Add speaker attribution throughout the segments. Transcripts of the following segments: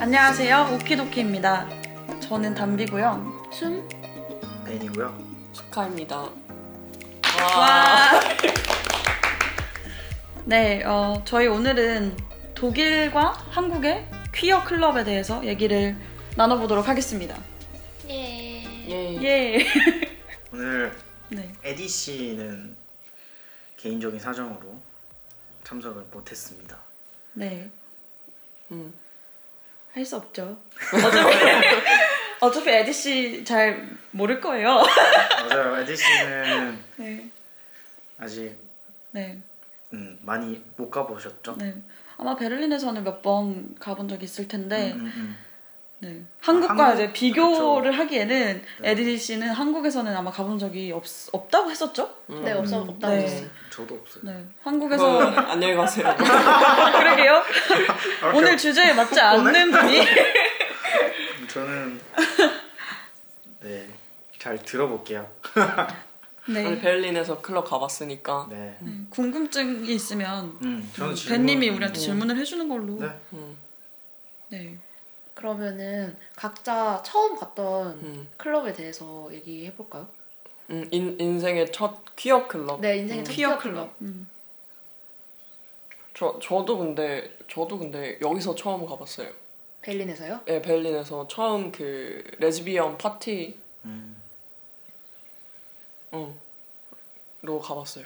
Speaker 1: 안녕하세요. 오키도키입니다. 저는 담비고요.
Speaker 2: 춤
Speaker 3: 팬이고요.
Speaker 2: 축하합니다.
Speaker 1: 와. 네, 어, 저희 오늘은 독일과 한국의 퀴어 클럽에 대해서 얘기를 나눠보도록 하겠습니다.
Speaker 4: 예.
Speaker 2: 예.
Speaker 1: 예.
Speaker 3: 오늘
Speaker 1: 네.
Speaker 3: 에디 씨는 개인적인 사정으로 참석을 못했습니다.
Speaker 1: 네.
Speaker 2: 음.
Speaker 1: 할 수 없죠. 어차피, 어차피 에디 씨 잘 모를 거예요.
Speaker 3: 맞아요. 에디 씨는
Speaker 1: 네.
Speaker 3: 아직
Speaker 1: 네.
Speaker 3: 음, 많이 못 가보셨죠?
Speaker 1: 네. 아마 베를린에서는 몇 번 가본 적이 있을 텐데,
Speaker 3: 음, 음, 음.
Speaker 1: 네.
Speaker 2: 아,
Speaker 1: 한국과
Speaker 3: 한국,
Speaker 1: 이제 비교를 하기에는
Speaker 3: 네.
Speaker 1: 에디 씨는 한국에서는 아마 가본 적이 없, 없다고 했었죠?
Speaker 2: 음.
Speaker 4: 네, 없어, 없다고
Speaker 1: 네.
Speaker 4: 했어요.
Speaker 3: 저도 없어요.
Speaker 1: 네.
Speaker 2: 그래서
Speaker 1: 한국에서 아,
Speaker 2: 안녕히 가세요.
Speaker 1: 그러게요. 오늘 주제에 맞지
Speaker 2: 어, 네?
Speaker 1: 않는 분이
Speaker 3: 저는 네, 잘 들어볼게요.
Speaker 2: 오늘
Speaker 1: 네.
Speaker 2: 베를린에서 클럽 가봤으니까
Speaker 3: 네.
Speaker 1: 네. 궁금증이 있으면
Speaker 3: 음, 저는 질문-
Speaker 1: 벤님이 우리한테 질문을 해주는 걸로.
Speaker 3: 네.
Speaker 2: 음.
Speaker 1: 네.
Speaker 4: 그러면은 각자 처음 갔던
Speaker 2: 음.
Speaker 4: 클럽에 대해서 얘기해 볼까요?
Speaker 2: 음, 인, 인생의 첫 퀴어 클럽.
Speaker 4: 네, 인생의
Speaker 2: 음.
Speaker 4: 첫
Speaker 1: 퀴어
Speaker 4: 퀴어
Speaker 1: 클럽. 음.
Speaker 2: 저 저도 근데 저도 근데 여기서 처음 가봤어요.
Speaker 4: 베를린에서요?
Speaker 2: 예, 베를린에서 처음 그 레즈비언 파티
Speaker 3: 음,
Speaker 2: 어, 로 가봤어요.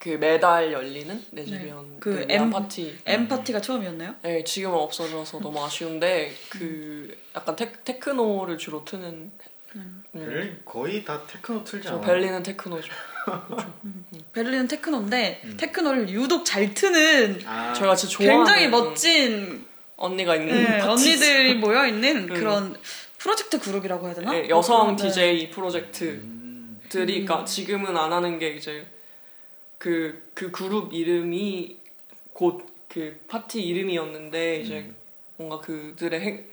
Speaker 2: 그 매달 열리는 레즈비언
Speaker 1: 그
Speaker 2: 그
Speaker 1: M-
Speaker 2: 파티.
Speaker 1: M 파티가 처음이었나요?
Speaker 2: 예, 지금은 없어져서 너무 아쉬운데 그 약간 테, 테크노를 주로 트는
Speaker 1: 음.
Speaker 2: 음,
Speaker 3: 베를린 거의 다 테크노 틀지
Speaker 2: 저
Speaker 3: 않아요?
Speaker 2: 베를린은 테크노죠. 음.
Speaker 1: 베를린은 테크노인데
Speaker 3: 음.
Speaker 1: 테크노를 유독 잘 트는
Speaker 3: 아,
Speaker 2: 저희가 진짜 좋아하는
Speaker 1: 굉장히 멋진
Speaker 2: 언니가 있는
Speaker 1: 네,
Speaker 2: 파티.
Speaker 1: 언니들이 모여 있는
Speaker 2: 음.
Speaker 1: 그런 프로젝트 그룹이라고 해야 되나?
Speaker 2: 예, 여성
Speaker 1: 네.
Speaker 2: DJ 프로젝트들이
Speaker 3: 음,
Speaker 2: 그러니까 지금은 안 하는 게 이제 그 그 그룹 이름이 곧 그 파티 이름이었는데
Speaker 1: 네,
Speaker 2: 이제
Speaker 3: 음.
Speaker 2: 뭔가 그들의 행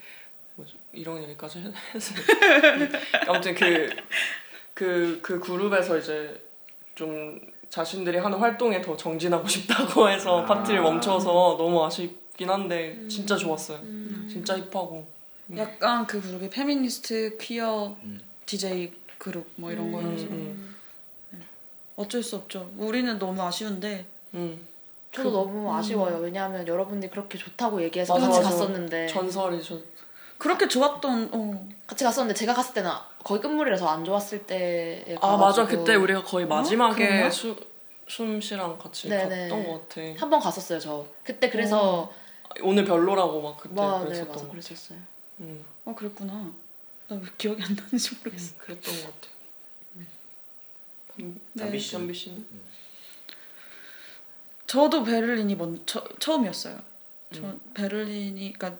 Speaker 2: 뭐지? 이런 얘기까지 해- 해서 음. 아무튼 그 그 그 그룹에서 이제 좀 자신들이 하는 활동에 더 정진하고 싶다고 해서
Speaker 3: 아.
Speaker 2: 파티를 멈춰서 너무 아쉽긴 한데
Speaker 4: 음.
Speaker 2: 진짜 좋았어요.
Speaker 4: 음.
Speaker 2: 진짜 힙하고 음.
Speaker 1: 약간 그 그룹이 페미니스트 퀴어
Speaker 3: 음.
Speaker 1: DJ 그룹 뭐 이런 거여서
Speaker 2: 음.
Speaker 1: 어쩔 수 없죠. 우리는 너무 아쉬운데
Speaker 2: 음,
Speaker 4: 저도 너무 아쉬워요. 왜냐하면 여러분들이 그렇게 좋다고 얘기해서
Speaker 2: 맞아,
Speaker 4: 같이
Speaker 2: 맞아.
Speaker 1: 네.
Speaker 4: 갔었는데
Speaker 2: 전설이죠.
Speaker 1: 그렇게 좋았던 어,
Speaker 4: 같이 갔었는데 제가 갔을 때는 거의 끝물이라서 안 좋았을 때에
Speaker 2: 아 맞아
Speaker 4: 네, 가가지고 어?
Speaker 2: 그때 우리가 거의 마지막에
Speaker 1: 그런가?
Speaker 2: 수, 숨씨랑 같이
Speaker 4: 네네.
Speaker 2: 갔던 것 같아.
Speaker 4: 한 번 갔었어요 저 그때 그래서
Speaker 2: 오늘 별로라고 막 어, 그때
Speaker 4: 와, 네
Speaker 2: 그랬었던
Speaker 4: 맞아
Speaker 2: 것 같아.
Speaker 4: 그랬었어요
Speaker 2: 음,
Speaker 1: 어 그랬구나. 나 왜 기억이 안 나는지 모르겠어.
Speaker 2: 그랬던 것 같아.
Speaker 1: 음.
Speaker 2: 음.
Speaker 1: 네.
Speaker 2: 담비 씨, 담비 씨는?
Speaker 1: 저도 베를린이 먼 처, 처음이었어요. 저 베를린이 그러니까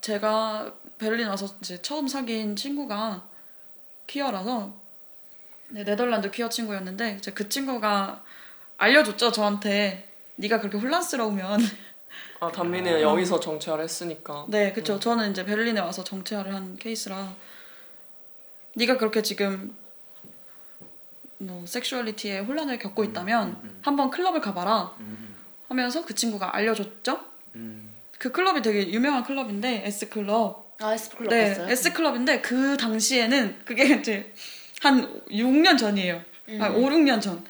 Speaker 1: 제가 베를린 와서 이제 처음 사귄 친구가 퀴어라서 네, 네덜란드 퀴어 친구였는데 이제 그 친구가 알려줬죠 저한테 네가 그렇게 혼란스러우면
Speaker 2: 아 담비는
Speaker 3: 아.
Speaker 2: 여기서 정체를 했으니까.
Speaker 3: 음.
Speaker 2: 음.
Speaker 1: 네, 그렇죠. 저는 이제 베를린에 와서 정체화를 한 케이스라 네가 그렇게 지금 뭐 섹슈얼리티에 혼란을 겪고
Speaker 3: 음,
Speaker 1: 있다면
Speaker 3: 음, 음.
Speaker 1: 한번 클럽을 가봐라
Speaker 3: 음,
Speaker 1: 하면서 그 친구가 알려줬죠.
Speaker 3: 음,
Speaker 1: 그 클럽이 되게 유명한 클럽인데 S 클럽.
Speaker 4: 아 에스 클럽
Speaker 1: 네,
Speaker 4: 갔어요?
Speaker 1: S 클럽인데 그 당시에는 그게 이제 한 6년 전이에요.
Speaker 4: 음.
Speaker 1: 아, 5, 6년 전.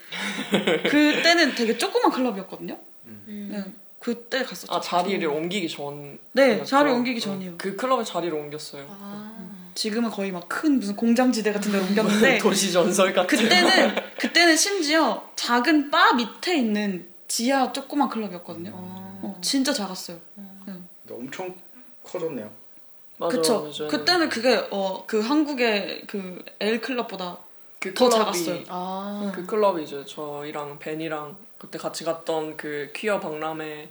Speaker 1: 그때는 되게 조그만 클럽이었거든요.
Speaker 4: 음.
Speaker 1: 네, 그때 갔었죠.
Speaker 2: 아 자리를 옮기기 전.
Speaker 1: 네,
Speaker 2: 이었죠?
Speaker 1: 자리 옮기기
Speaker 2: 응.
Speaker 1: 전이요.
Speaker 2: 그 클럽에 자리를 옮겼어요. 음.
Speaker 4: 아.
Speaker 1: 지금은 거의 막 큰 무슨 공장지대 같은 데로 옮겼는데
Speaker 2: 도시 전설 같은.
Speaker 1: 네. 그때는 그때는 심지어 작은 바 밑에 있는 지하 조그만 클럽이었거든요.
Speaker 4: 아.
Speaker 1: 어, 진짜 작았어요.
Speaker 3: 근데 엄청 커졌네요.
Speaker 2: 맞아,
Speaker 1: 그쵸?
Speaker 2: 맞아.
Speaker 1: 그때는 그게 어, 그 한국의 그 L 클럽보다
Speaker 2: 그
Speaker 1: 더
Speaker 2: 클럽이-
Speaker 1: 작았어요.
Speaker 4: 아.
Speaker 1: 응.
Speaker 2: 그 클럽이 이제 저희랑 벤이랑 그때 같이 갔던 그 퀴어 박람회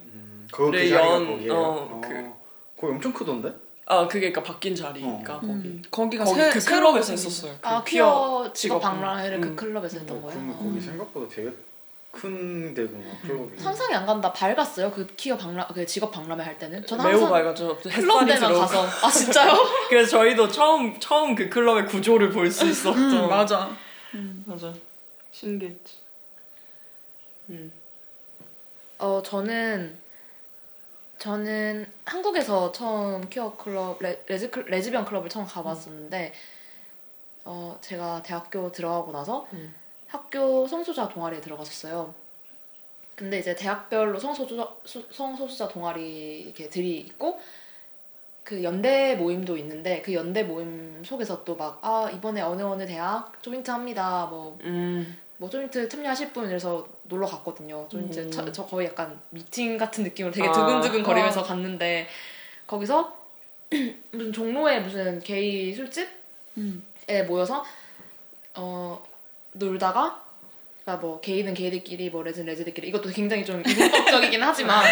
Speaker 3: 그거 그
Speaker 2: 네,
Speaker 3: 자리가
Speaker 2: 연,
Speaker 3: 거기예요.
Speaker 2: 어,
Speaker 3: 어,
Speaker 2: 그-
Speaker 3: 거기 엄청 크던데?
Speaker 2: 아 그게 그러니까 바뀐 자리니까
Speaker 3: 어.
Speaker 2: 거기
Speaker 1: 음, 거기가
Speaker 2: 거기
Speaker 1: 새,
Speaker 2: 그
Speaker 1: 새로
Speaker 2: 클럽에서
Speaker 1: 생긴-
Speaker 2: 했었어요.
Speaker 4: 아
Speaker 2: 그
Speaker 4: 퀴어 직업
Speaker 2: 직업
Speaker 4: 박람회를 그
Speaker 2: 음.
Speaker 4: 클럽에서 했던
Speaker 3: 어,
Speaker 4: 거예요? 음.
Speaker 3: 그러면 거기 생각보다 되게 큰 데구나. 클럽이.
Speaker 4: 상상이 안 간다. 밝았어요. 그 퀴어 박람 그 직업 박람회 할 때는. 저는
Speaker 2: 매우
Speaker 4: 항상
Speaker 2: 밝았죠. 햇살이
Speaker 4: 클럽에만
Speaker 2: 들어.
Speaker 4: 가서 아 진짜요?
Speaker 2: 그래서 저희도 처음 처음 그 클럽의 구조를 볼 수 있었죠.
Speaker 1: 음, 맞아.
Speaker 2: 맞아. 신기했지. 음.
Speaker 4: 어 저는 저는 한국에서 처음 퀴어 클럽 레, 레즈, 클- 레즈비언 클럽을 처음 가봤었는데 어, 제가 대학교 들어가고 나서
Speaker 2: 음.
Speaker 4: 학교 성소수자 동아리에 들어갔었어요. 근데 이제 대학별로 성소수자, 수- 성소수자 동아리 이렇게 들이 있고 그 연대 모임도 있는데 그 연대 모임 속에서 또 막 아 이번에 어느 어느 대학 조인트 합니다 뭐
Speaker 2: 음.
Speaker 4: 뭐 조인트 참여하실 분 이래서 놀러 갔거든요. 조인트
Speaker 2: 음.
Speaker 4: 차- 저 거의 약간 미팅 같은 느낌으로 되게
Speaker 2: 아.
Speaker 4: 두근두근 거리면서 갔는데 거기서 무슨 종로에 무슨 게이 술집에
Speaker 1: 음.
Speaker 4: 모여서 어 놀다가 그러니까 뭐 게이는 게이들끼리 뭐 레즈는 레즈들끼리 이것도 굉장히 좀 이분법적이긴 하지만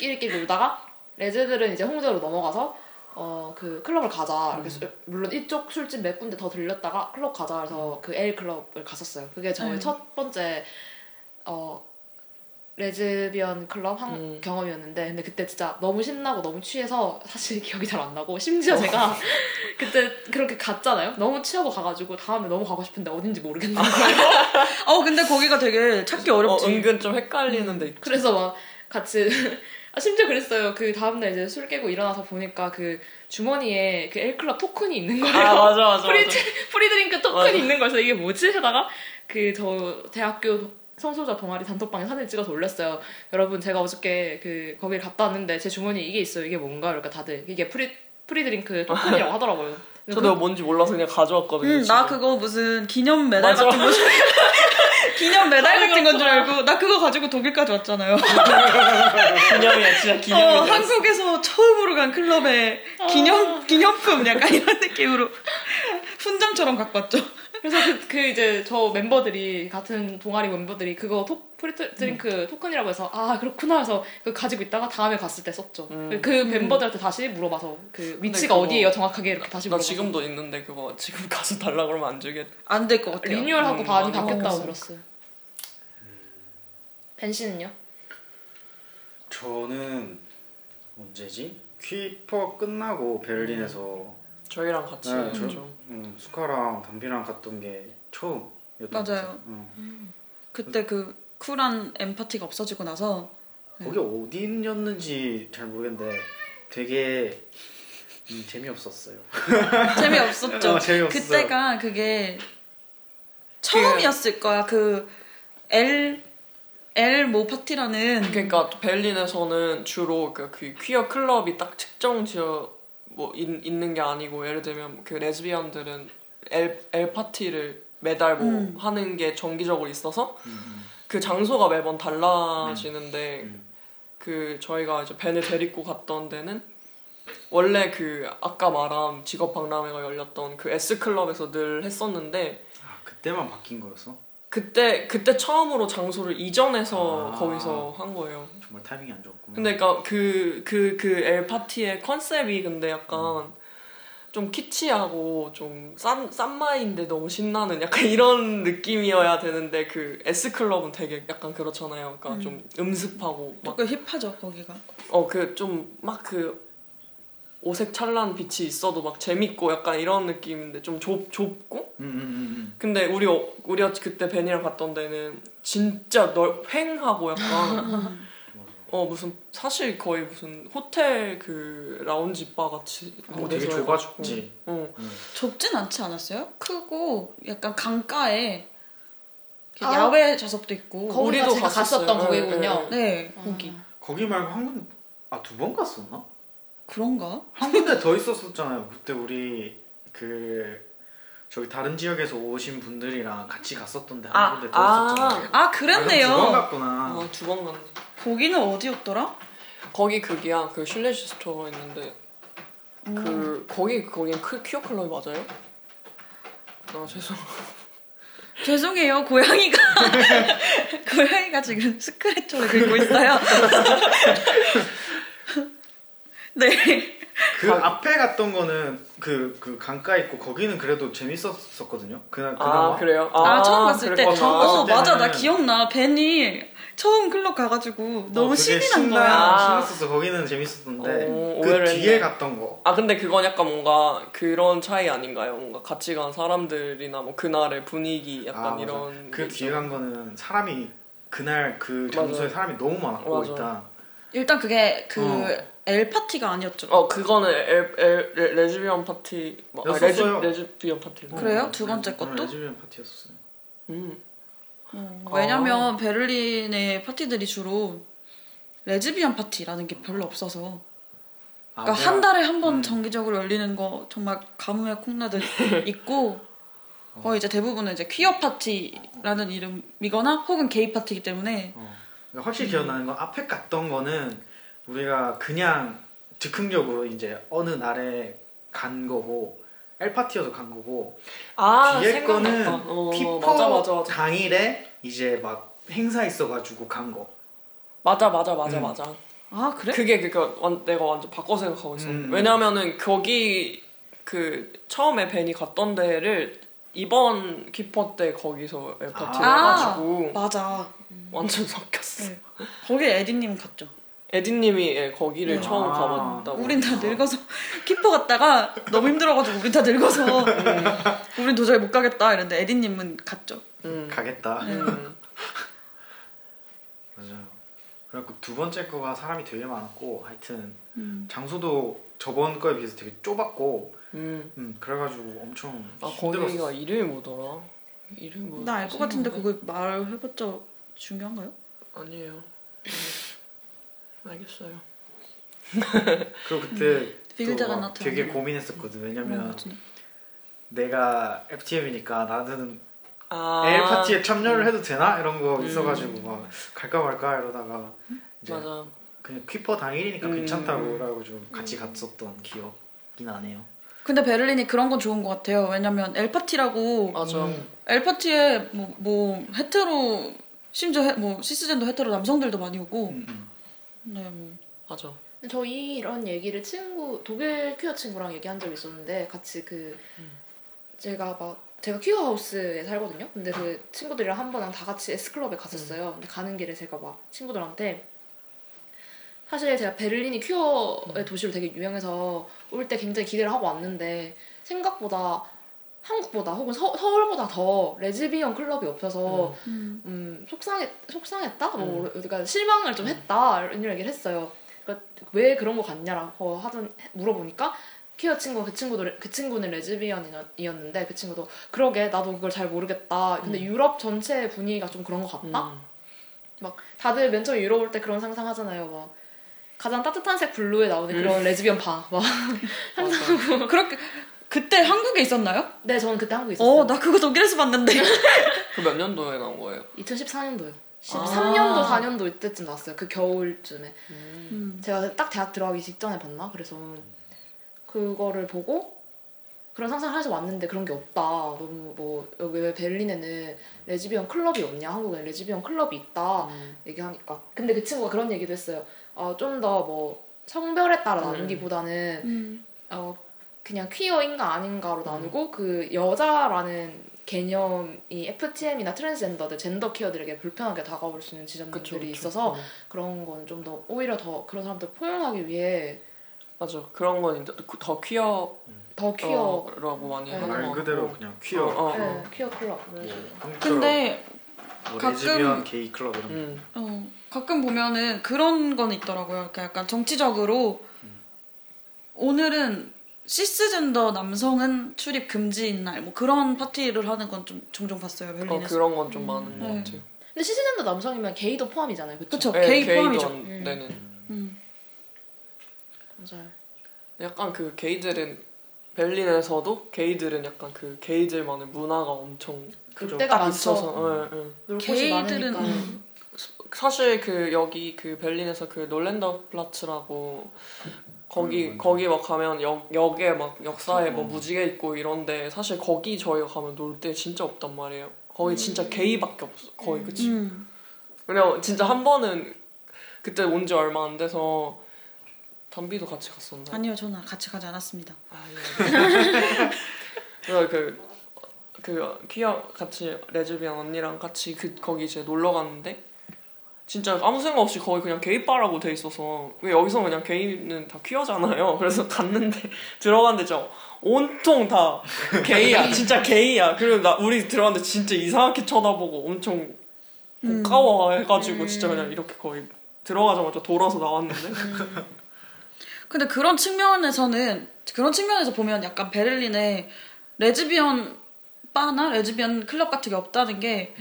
Speaker 4: 끼리끼리 놀다가 레즈들은 이제 홍대로 넘어가서 어 그 클럽을 가자 이렇게 술- 물론 이쪽 술집 몇 군데 더 들렸다가 클럽 가자 해서 그 L 클럽을 갔었어요. 그게 저의
Speaker 1: 음.
Speaker 4: 첫 번째 어 레즈비언 클럽 한-
Speaker 2: 음.
Speaker 4: 경험이었는데 근데 그때 진짜 너무 신나고 너무 취해서 사실 기억이 잘 안 나고 심지어 제가 그때 그렇게 갔잖아요. 너무 취하고 가가지고 다음에 너무 가고 싶은데 어딘지 모르겠는
Speaker 2: 아.
Speaker 4: 거예요.
Speaker 1: 어 근데 거기가 되게 찾기 어렵지.
Speaker 2: 어, 은근 좀 헷갈리는데 있-
Speaker 4: 그래서 막 같이 아, 심지어 그랬어요. 그 다음날 이제 술 깨고 일어나서 보니까 그 주머니에 그 L클럽 토큰이 있는 거예요.
Speaker 2: 아 맞아 맞아
Speaker 4: 프리,
Speaker 2: 맞아
Speaker 4: 프리드링크 토큰이
Speaker 2: 맞아.
Speaker 4: 있는 거에서 이게 뭐지? 하다가 그 저 대학교 성소자 동아리 단톡방에 사진 찍어서 올렸어요. 여러분 제가 어저께 그 거길 갔다 왔는데 제 주머니에 이게 있어요. 이게 뭔가 그러니까 다들 이게 프리 프리드링크 토큰이라고 하더라고요. 근데
Speaker 2: 저도 뭔지 몰라서 그냥 가져왔거든요
Speaker 1: 응, 음, 나
Speaker 2: 집에.
Speaker 1: 그거 무슨 기념 메달
Speaker 2: 맞아.
Speaker 1: 같은 거 줄- 기념 메달
Speaker 4: 아,
Speaker 1: 같은 건 줄 알고 나 그거 가지고 독일까지 왔잖아요.
Speaker 2: 기념이야 진짜
Speaker 1: 어,
Speaker 2: 기념이야 아.
Speaker 1: 한국에서 처음으로 간 클럽에 기념 기념품 약간 이런 느낌으로 훈장처럼 갖고 왔죠.
Speaker 4: 그래서 그, 그 이제 저 멤버들이 같은 동아리 멤버들이 그거 토, 프리드링크
Speaker 2: 음.
Speaker 4: 토큰이라고 해서 아 그렇구나 해서 그 가지고 있다가 다음에 갔을 때 썼죠.
Speaker 2: 음.
Speaker 4: 그 멤버들한테 다시 물어봐서 그 위치가
Speaker 2: 그거-
Speaker 4: 어디예요 정확하게 이렇게 다시
Speaker 2: 나
Speaker 4: 물어봐서
Speaker 2: 지금도 있는데 그거 지금 가서 달라 그러면 안 주겠
Speaker 1: 안 될 것 같아요.
Speaker 4: 리뉴얼하고
Speaker 2: 음,
Speaker 4: 많이
Speaker 2: 많이
Speaker 4: 바뀌었다고
Speaker 2: 바뀌었어.
Speaker 4: 들었어요. 음. 벤 씨는요?
Speaker 3: 저는 언제지? 퀴퍼 끝나고 베를린에서
Speaker 4: 음.
Speaker 2: 저희랑 같이
Speaker 3: 네,
Speaker 2: 좀
Speaker 3: 저- 음, 수카랑 담비랑 갔던 게 처음이었던 것
Speaker 1: 맞아요.
Speaker 3: 같아요. 음.
Speaker 1: 그때 그 쿨한 엠파티가 없어지고 나서
Speaker 2: 네.
Speaker 3: 거기 어디였는지 잘 모르겠는데 되게 음, 재미없었어요.
Speaker 1: 재미없었죠.
Speaker 3: 어, 재미없었어요.
Speaker 1: 그때가 그게 처음이었을 거야. 그 L L 모 파티라는
Speaker 2: 그러니까 베를린에서는 주로 그, 그 퀴어 클럽이 딱 특정 지역 뭐 인- 있는 게 아니고 예를 들면 그 레즈비언들은 엘, 엘 파티를 매달 뭐
Speaker 1: 음.
Speaker 2: 하는 게 정기적으로 있어서 그 장소가 매번 달라지는데
Speaker 3: 음.
Speaker 2: 그 저희가 이제 벤을 데리고 갔던 데는 원래 그 아까 말한 직업 박람회가 열렸던 그 S 클럽에서 늘 했었는데
Speaker 3: 아, 그때만 바뀐 거였어?
Speaker 2: 그때 그때 처음으로 장소를 이전해서
Speaker 3: 아.
Speaker 2: 거기서 한 거예요.
Speaker 3: 정말 타이밍이 안 좋았구나.
Speaker 2: 근데 그니까 그 그 그 엘 파티의 컨셉이 근데 약간 좀 키치하고 좀 싼 싼마인데 너무 신나는 약간 이런 느낌이어야 되는데 그 S 클럽은 되게 약간 그렇잖아요. 그러니까 좀 음습하고
Speaker 1: 조금 그 힙하죠 거기가.
Speaker 2: 막어그 좀 막 그 오색 찬란 빛이 있어도 막 재밌고 약간 이런 느낌인데 좀 좁 좁고
Speaker 3: 음, 음, 음,
Speaker 2: 근데 우리 어- 우리가 그때 벤이랑 갔던 데는 진짜 넓 횡하고 약간
Speaker 3: 음. 맞아.
Speaker 2: 어 무슨 사실 거의 무슨 호텔 그 라운지 바 같이
Speaker 3: 어, 되게
Speaker 2: 해가지고.
Speaker 3: 좁아졌지. 음.
Speaker 2: 어
Speaker 1: 좁진 않지 않았어요? 크고 약간 강가에 이렇게
Speaker 4: 아.
Speaker 1: 야외 좌석도 있고.
Speaker 2: 거기-
Speaker 4: 거기가
Speaker 2: 우리도
Speaker 4: 제가
Speaker 2: 갔었어요.
Speaker 4: 갔었던
Speaker 2: 네,
Speaker 4: 거기군요.
Speaker 2: 네.
Speaker 1: 네 거기
Speaker 3: 거기 말고 한 군데 아두 번 갔었나?
Speaker 1: 그런가?
Speaker 3: 한 군데 더 있었었잖아요. 그때 우리 그 저기 다른 지역에서 오신 분들이랑 같이 갔었던데 한
Speaker 2: 아,
Speaker 3: 군데 더
Speaker 2: 아.
Speaker 3: 있었잖아요.
Speaker 1: 아
Speaker 3: 두번
Speaker 1: 그랬네요. 어,
Speaker 3: 갔구나.
Speaker 2: 어, 두번 갔네
Speaker 1: 거기는 어디였더라?
Speaker 2: 거기 그기야 그 실내시스토어 있는데
Speaker 1: 음.
Speaker 2: 그 거기 거긴 크, 퀴어 클럽이 맞아요? 아 죄송
Speaker 1: 죄송해요 고양이가 고양이가 지금 스크래쳐를 긁고 있어요. 네.
Speaker 3: 그 앞에 갔던 거는 그, 그 강가 있고 거기는 그래도 재밌었었거든요. 그날 그나마.
Speaker 2: 아 그래요?
Speaker 1: 아, 처음 갔을 때.
Speaker 2: 그랬구나.
Speaker 3: 처음 갔을
Speaker 1: 어 맞아 나
Speaker 3: 때는-
Speaker 1: 기억나. 벤이 처음 클럽 가가지고 너무
Speaker 3: 어, 되게
Speaker 1: 신이 난 거야.
Speaker 2: 거야.
Speaker 3: 신났었어. 거기는 재밌었는데
Speaker 2: 어,
Speaker 3: 그
Speaker 2: 오해를
Speaker 3: 뒤에
Speaker 2: 했네.
Speaker 3: 갔던 거.
Speaker 2: 아 근데 그건 약간 뭔가 그런 차이 아닌가요? 뭔가 같이 간 사람들이나 뭐 그날의 분위기
Speaker 3: 아,
Speaker 2: 약간
Speaker 3: 맞아.
Speaker 2: 이런
Speaker 3: 그
Speaker 2: 게
Speaker 3: 뒤에 간 거는 사람이 그날 그
Speaker 2: 맞아.
Speaker 3: 장소에 사람이 너무 많았고
Speaker 2: 맞아.
Speaker 3: 일단
Speaker 1: 일단 그게 그
Speaker 3: 어.
Speaker 1: L 파티가 아니었죠.
Speaker 2: 어 그거는 엘, 엘, 레- 레즈비언 파티 뭐, 아, 레즈,
Speaker 3: 였었어요.
Speaker 2: 레즈비언 파티 뭐.
Speaker 1: 그래요?
Speaker 3: 어,
Speaker 1: 두 번째
Speaker 3: 저는
Speaker 1: 것도?
Speaker 3: 레즈비언 파티였었어요.
Speaker 2: 음.
Speaker 1: 음,
Speaker 2: 아.
Speaker 1: 왜냐면 베를린의 파티들이 주로 레즈비언 파티라는 게 별로 없어서
Speaker 3: 아,
Speaker 1: 그러니까
Speaker 3: 뭐야.
Speaker 1: 한 달에 한 번
Speaker 3: 음.
Speaker 1: 정기적으로 열리는 거 정말 가뭄에 콩나듯 있고 거의 이제 대부분은 이제 퀴어 파티라는 이름이거나 혹은 게이 파티이기 때문에
Speaker 3: 어. 그러니까 확실히 기억나는 건 앞에 갔던 거는 우리가 그냥 즉흥적으로 이제 어느 날에 간 거고 L 파티여서 간 거고
Speaker 2: 아
Speaker 3: 뒤에 거는
Speaker 2: 생각났다. 어,
Speaker 3: 피퍼
Speaker 2: 맞아 맞아 맞아
Speaker 3: 당일에 이제 막 행사 있어가지고 간 거.
Speaker 2: 맞아 맞아 맞아
Speaker 3: 음.
Speaker 2: 맞아.
Speaker 1: 아 그래?
Speaker 2: 그게 그니까 완- 내가 완전 바꿔 생각하고 있어.
Speaker 3: 음.
Speaker 2: 왜냐면은 거기 그 처음에 벤이 갔던 데를 이번 키퍼 때 거기서 엘파티를
Speaker 1: 아.
Speaker 2: 해가지고
Speaker 1: 맞아
Speaker 2: 완전 섞였어.
Speaker 1: 네. 거기 에디님 갔죠
Speaker 2: 아, 에디님이 예, 거기를
Speaker 1: 네.
Speaker 2: 처음
Speaker 3: 아.
Speaker 2: 가봤다고.
Speaker 1: 우린 다 늙어서 키퍼 갔다가 너무 힘들어가지고 우린 다 늙어서
Speaker 2: 네.
Speaker 1: 우린 도저히 못 가겠다 이랬는데 에디님은 갔죠
Speaker 2: 음.
Speaker 3: 가겠다.
Speaker 2: 음.
Speaker 3: 맞아요. 그래갖고 두 번째 거가 사람이 되게 많았고 하여튼
Speaker 1: 음.
Speaker 3: 장소도 저번 거에 비해서 되게 좁았고
Speaker 2: 음.
Speaker 3: 음, 그래가지고 엄청
Speaker 2: 아
Speaker 3: 힘들었어.
Speaker 2: 거기가 이름이 뭐더라? 이름 뭐?
Speaker 1: 나 알 것 같은데 그걸 말해봤자 중요한가요?
Speaker 2: 아니에요. 음. 알겠어요.
Speaker 3: 그리고 그때
Speaker 2: 음.
Speaker 1: 빌드가
Speaker 3: 또막
Speaker 1: 나타나
Speaker 3: 되게 고민했었거든. 왜냐면
Speaker 1: 같은데.
Speaker 3: 내가 FTM이니까 나는
Speaker 2: 아.
Speaker 3: L 파티에 참여를 해도 되나 이런 거
Speaker 2: 음.
Speaker 3: 있어가지고 막 갈까 말까 이러다가 이제
Speaker 2: 맞아.
Speaker 3: 그냥 퀴퍼 당일이니까
Speaker 2: 음.
Speaker 3: 괜찮다고 라고 좀 같이 갔었던 기억이 나네요.
Speaker 1: 근데 베를린이 그런 건 좋은 것 같아요. 왜냐면 엘파티라고
Speaker 2: 맞아.
Speaker 3: 음.
Speaker 1: 엘파티에 뭐, 뭐 헤테로 심지어 헤- 뭐 시스젠더 헤테로 남성들도 많이 오고
Speaker 3: 음, 음.
Speaker 1: 네, 뭐.
Speaker 2: 맞아.
Speaker 4: 근데 저희 이런 얘기를 친구 독일 퀴어 친구랑 얘기한 적이 있었는데 같이 그 제가 막 제가 퀴어 하우스에 살거든요. 근데 그 친구들이랑 한 번랑 다 같이 S 클럽에 갔었어요. 근데 가는 길에 제가 막 친구들한테 사실 제가 베를린이 퀴어의 도시로 되게 유명해서 올 때 굉장히 기대를 하고 왔는데 생각보다 한국보다 혹은 서, 서울보다 더 레즈비언 클럽이 없어서
Speaker 2: 음.
Speaker 4: 음, 속상했, 속상했다?
Speaker 2: 음.
Speaker 4: 뭐, 그러니까 실망을 좀 했다. 이런 얘기를 했어요. 그러니까 왜 그런 거 같냐라고 하던, 물어보니까 퀴어 친구, 그 친구도, 레- 그 친구는 레즈비언이었는데 그 친구도 그러게 나도 그걸 잘 모르겠다. 근데
Speaker 2: 음.
Speaker 4: 유럽 전체의 분위기가 좀 그런 것 같다?
Speaker 2: 음.
Speaker 4: 막 다들 맨 처음 유럽 올 때 그런 상상 하잖아요. 막 가장 따뜻한 색 블루에 나오는
Speaker 2: 음.
Speaker 4: 그런 레즈비언 바. 막.
Speaker 2: 맞아.
Speaker 1: 그렇게 그때 한국에 있었나요?
Speaker 4: 네, 저는 그때 한국에 있었어요.
Speaker 1: 어 나 그거 독일에서 봤는데
Speaker 2: 그 몇 년도에 나온 거예요?
Speaker 4: 2014년도요.
Speaker 2: 아.
Speaker 4: 13년도, 4년도 이때쯤 나왔어요. 그 겨울쯤에.
Speaker 1: 음.
Speaker 4: 제가 딱 대학 들어가기 직전에 봤나 그래서 그거를 보고 그런 상상을 해서 왔는데 그런 게 없다 너무 뭐 여기 왜 베를린에는 레즈비언 클럽이 없냐 한국에는 레즈비언 클럽이 있다
Speaker 2: 음.
Speaker 4: 얘기하니까 근데 그 친구가 그런 얘기도 했어요 좀 더 뭐 성별에 따라
Speaker 2: 음.
Speaker 4: 나누기보다는
Speaker 1: 음.
Speaker 4: 어, 그냥 퀴어인가
Speaker 2: 음.
Speaker 4: 아닌가로 나누고 그 여자라는 개념이 FTM이나 트랜스젠더들 젠더 퀴어들에게 불편하게 다가올 수 있는 지점들이
Speaker 2: 그쵸, 그쵸.
Speaker 4: 있어서
Speaker 2: 음.
Speaker 4: 그런 건 좀 더 오히려 더 그런 사람들 포용하기 위해
Speaker 2: 맞아. 그런 건 이제 더 퀴어라고
Speaker 4: 더 퀴어
Speaker 2: 많이
Speaker 4: 네.
Speaker 2: 하는
Speaker 3: 말
Speaker 2: 것
Speaker 3: 그대로
Speaker 2: 같고.
Speaker 3: 그냥 퀴어.
Speaker 2: 어, 어, 어.
Speaker 4: 네, 퀴어 클럽
Speaker 3: 뭐 한국처럼
Speaker 1: 근데
Speaker 3: 뭐
Speaker 1: 가끔-
Speaker 3: 레즈비언 게이 클럽 이런 거.
Speaker 2: 음.
Speaker 1: 어, 가끔 보면은 그런 건 있더라고요. 이렇게 약간 정치적으로
Speaker 4: 음.
Speaker 1: 오늘은 시스젠더 남성은 출입 금지인 날 뭐 그런 파티를 하는 건 좀 종종 봤어요.
Speaker 2: 어,
Speaker 1: 베를린에서.
Speaker 2: 그런 건 좀 많은 것
Speaker 1: 네.
Speaker 2: 같아요.
Speaker 4: 근데 시즈젠더 남성이면 게이도 포함이잖아요 그쵸?
Speaker 1: 그쵸.
Speaker 2: 네,
Speaker 1: 게이
Speaker 2: 게이도
Speaker 1: 포함이죠.
Speaker 2: 안
Speaker 4: 음.
Speaker 2: 되는.
Speaker 1: 음.
Speaker 4: 맞아요
Speaker 2: 약간 그 게이들은 벨린에서도 게이들은 약간 그 게이들만의 문화가 엄청
Speaker 4: 그
Speaker 3: 그죠.
Speaker 4: 때가
Speaker 2: 딱
Speaker 4: 많죠
Speaker 2: 있어서. 예, 예.
Speaker 4: 놀 곳이
Speaker 1: 게이들은
Speaker 4: 많으니까
Speaker 1: 음.
Speaker 2: 사실 그 여기 그 벨린에서 그 놀랜더 플라츠라고 거기
Speaker 3: 음, 맞네.
Speaker 2: 거기 막 가면 역 역에 막 역사에 뭐
Speaker 3: 어.
Speaker 2: 무지개 있고 이런데 사실 거기 저희가 가면 놀 때 진짜 없단 말이에요. 거의 진짜 게이밖에 없어. 거의 그치.
Speaker 1: 음.
Speaker 2: 그냥 진짜 한 번은 그때 온 지 얼마 안 돼서 담비도 같이 갔었나?
Speaker 1: 아니요, 저는 같이 가지 않았습니다.
Speaker 2: 아, 예. 그래서 그, 그 퀴어 같이 레즈비언 언니랑 같이 그 거기 이제 놀러 갔는데 진짜 아무 생각 없이 거의 그냥 게이바라고 돼 있어서 왜 여기서 그냥 게이는 다 퀴어잖아요. 그래서 갔는데 들어갔는데 진짜 온통 다 게이야. 진짜 게이야. 그리고 나 우리 들어갔는데 진짜 이상하게 쳐다보고 엄청 고가워해가지고 진짜 그냥 이렇게 거의 들어가자마자 돌아서 나왔는데
Speaker 1: 근데 그런 측면에서는 그런 측면에서 보면 약간 베를린에 레즈비언 바나 레즈비언 클럽 같은 게 없다는 게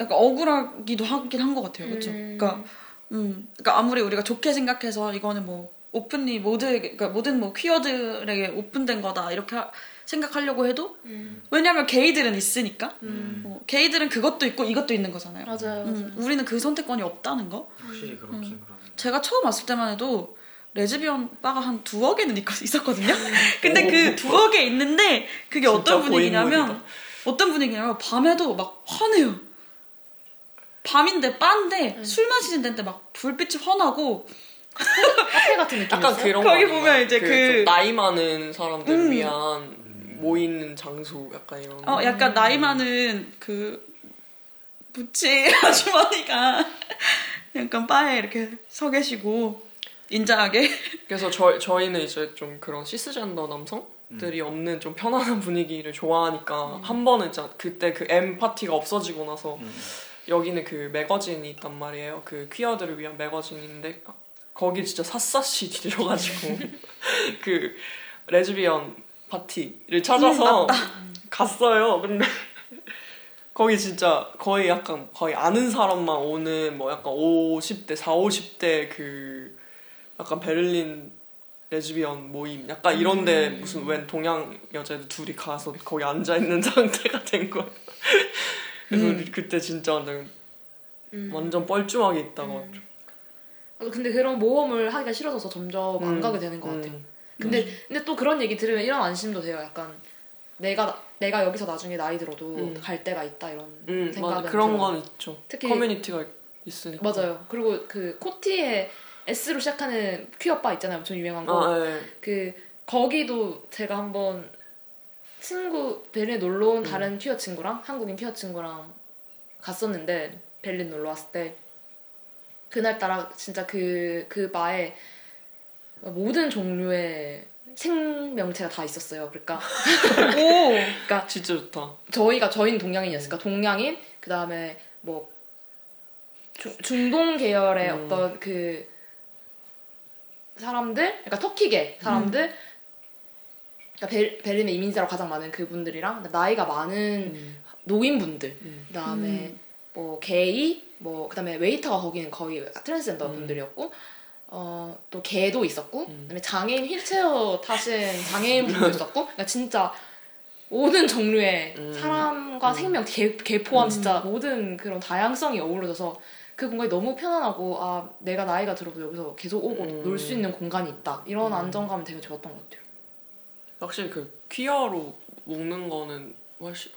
Speaker 1: 약간 억울하기도 하긴 한 것 같아요. 그렇죠?
Speaker 4: 음.
Speaker 1: 그러니까 음, 그러니까 아무리 우리가 좋게 생각해서 이거는 뭐 오픈이 모두에게 그러니까 모든 뭐 퀴어들에게 오픈된 거다 이렇게 하- 생각하려고 해도
Speaker 4: 음.
Speaker 1: 왜냐하면 게이들은 있으니까
Speaker 4: 음.
Speaker 1: 뭐 게이들은 그것도 있고 이것도 있는 거잖아요.
Speaker 4: 맞아요.
Speaker 1: 음, 우리는 그 선택권이 없다는 거.
Speaker 3: 확실히 그렇긴 그러네.
Speaker 1: 제가 처음 왔을 때만 해도 레즈비언 바가 한 두어 개는 있- 있었거든요. 근데 그 두어 개 있는데 그게 어떤
Speaker 2: 진짜
Speaker 1: 분위기냐면
Speaker 2: 고인물이다.
Speaker 1: 어떤 분위기냐면 밤에도 막 환해요. 밤인데 바인데 술 마시는 데인데 막 불빛이 환하고
Speaker 4: 카페 같은 느낌이었어요.
Speaker 2: 약간
Speaker 1: 거기
Speaker 2: 그런 거 아닌가?
Speaker 1: 보면 이제
Speaker 2: 그
Speaker 1: 그-
Speaker 2: 좀 나이 많은 사람들
Speaker 1: 음.
Speaker 2: 위한 모이는 장소 약간 이런
Speaker 1: 어 약간 나이 많은 그 부치 아주머니가 약간 바에 이렇게 서 계시고 인자하게
Speaker 2: 그래서 저, 저희는 이제 좀 그런 시스젠더 남성들이 없는 좀 편안한 분위기를 좋아하니까 한 번은 진짜 그때 그 M 파티가 없어지고 나서
Speaker 3: 음.
Speaker 2: 여기는 그 매거진이 있단 말이에요. 그 퀴어들을 위한 매거진인데 거기 진짜 샅샅이 뒤져가지고 그 레즈비언 파티를 찾아서 갔어요. 근데 거기 진짜 거의 약간 거의 아는 사람만 오는 뭐 약간 50대, 4, 50대 그 약간 베를린 레즈비언 모임 약간 이런데 무슨 웬 동양 여자들 둘이 가서 거기 앉아 있는 상태가 된 거야. 그래서 우리 그때 진짜 완전 그
Speaker 4: 음.
Speaker 2: 완전 뻘쭘하게 있다가
Speaker 4: 아, 근데 그런 모험을 하기가 싫어져서
Speaker 2: 음.
Speaker 4: 점점 안 가게 되는 것 같아요. 근데 근데 또 그런 얘기 들으면 이런 안심도 돼요. 약간 내가 내가 여기서 나중에 나이 들어도
Speaker 2: 음.
Speaker 4: 갈 데가 있다 이런
Speaker 2: 음,
Speaker 4: 생각은
Speaker 2: 맞아. 그런
Speaker 4: 들어요.
Speaker 2: 건 있죠.
Speaker 4: 특히-
Speaker 2: 커뮤니티가 있으니까.
Speaker 4: 맞아요. 그리고 그 코티에 S로 시작하는 퀴어 바 있잖아요. 엄청 유명한 거.
Speaker 2: 아, 예.
Speaker 4: 그 거기도 제가 한번 친구 베를린 놀러 온 다른 퀴어 친구랑 한국인 퀴어 친구랑 갔었는데 베를린 놀러 왔을 때 그날 따라 진짜 그 그 바에 모든 종류의 생명체가 다 있었어요. 그러니까
Speaker 1: 오
Speaker 2: 진짜 좋다.
Speaker 4: 저희가 저희는 동양인이었으니까 동양인 그 다음에 뭐 중- 중동 계열의
Speaker 2: 음.
Speaker 4: 어떤 그 사람들, 그러니까 터키계 사람들, 그러니까 베, 베를린의 이민자로 가장 많은 그분들이랑 나이가 많은
Speaker 2: 음.
Speaker 4: 노인분들,
Speaker 2: 음.
Speaker 4: 그 다음에 뭐 게이, 뭐 그다음에 웨이터가 거기는 거의 트랜스젠더
Speaker 2: 음.
Speaker 4: 분들이었고. 어, 또 개도 있었고
Speaker 2: 음.
Speaker 4: 그다음에 장애인 휠체어 타신 장애인 분도 있었고 그러니까 진짜 모든 종류의
Speaker 2: 음.
Speaker 4: 사람과
Speaker 2: 음.
Speaker 4: 생명 개, 개 포함
Speaker 1: 음.
Speaker 4: 진짜 모든 그런 다양성이 어우러져서 그 공간이 너무 편안하고 아 내가 나이가 들어도 여기서 계속 오고
Speaker 2: 음.
Speaker 4: 놀 수 있는 공간이 있다 이런
Speaker 2: 음.
Speaker 4: 안정감이 되게 좋았던 것 같아요
Speaker 2: 확실히 그 퀴어로 먹는 거는 훨씬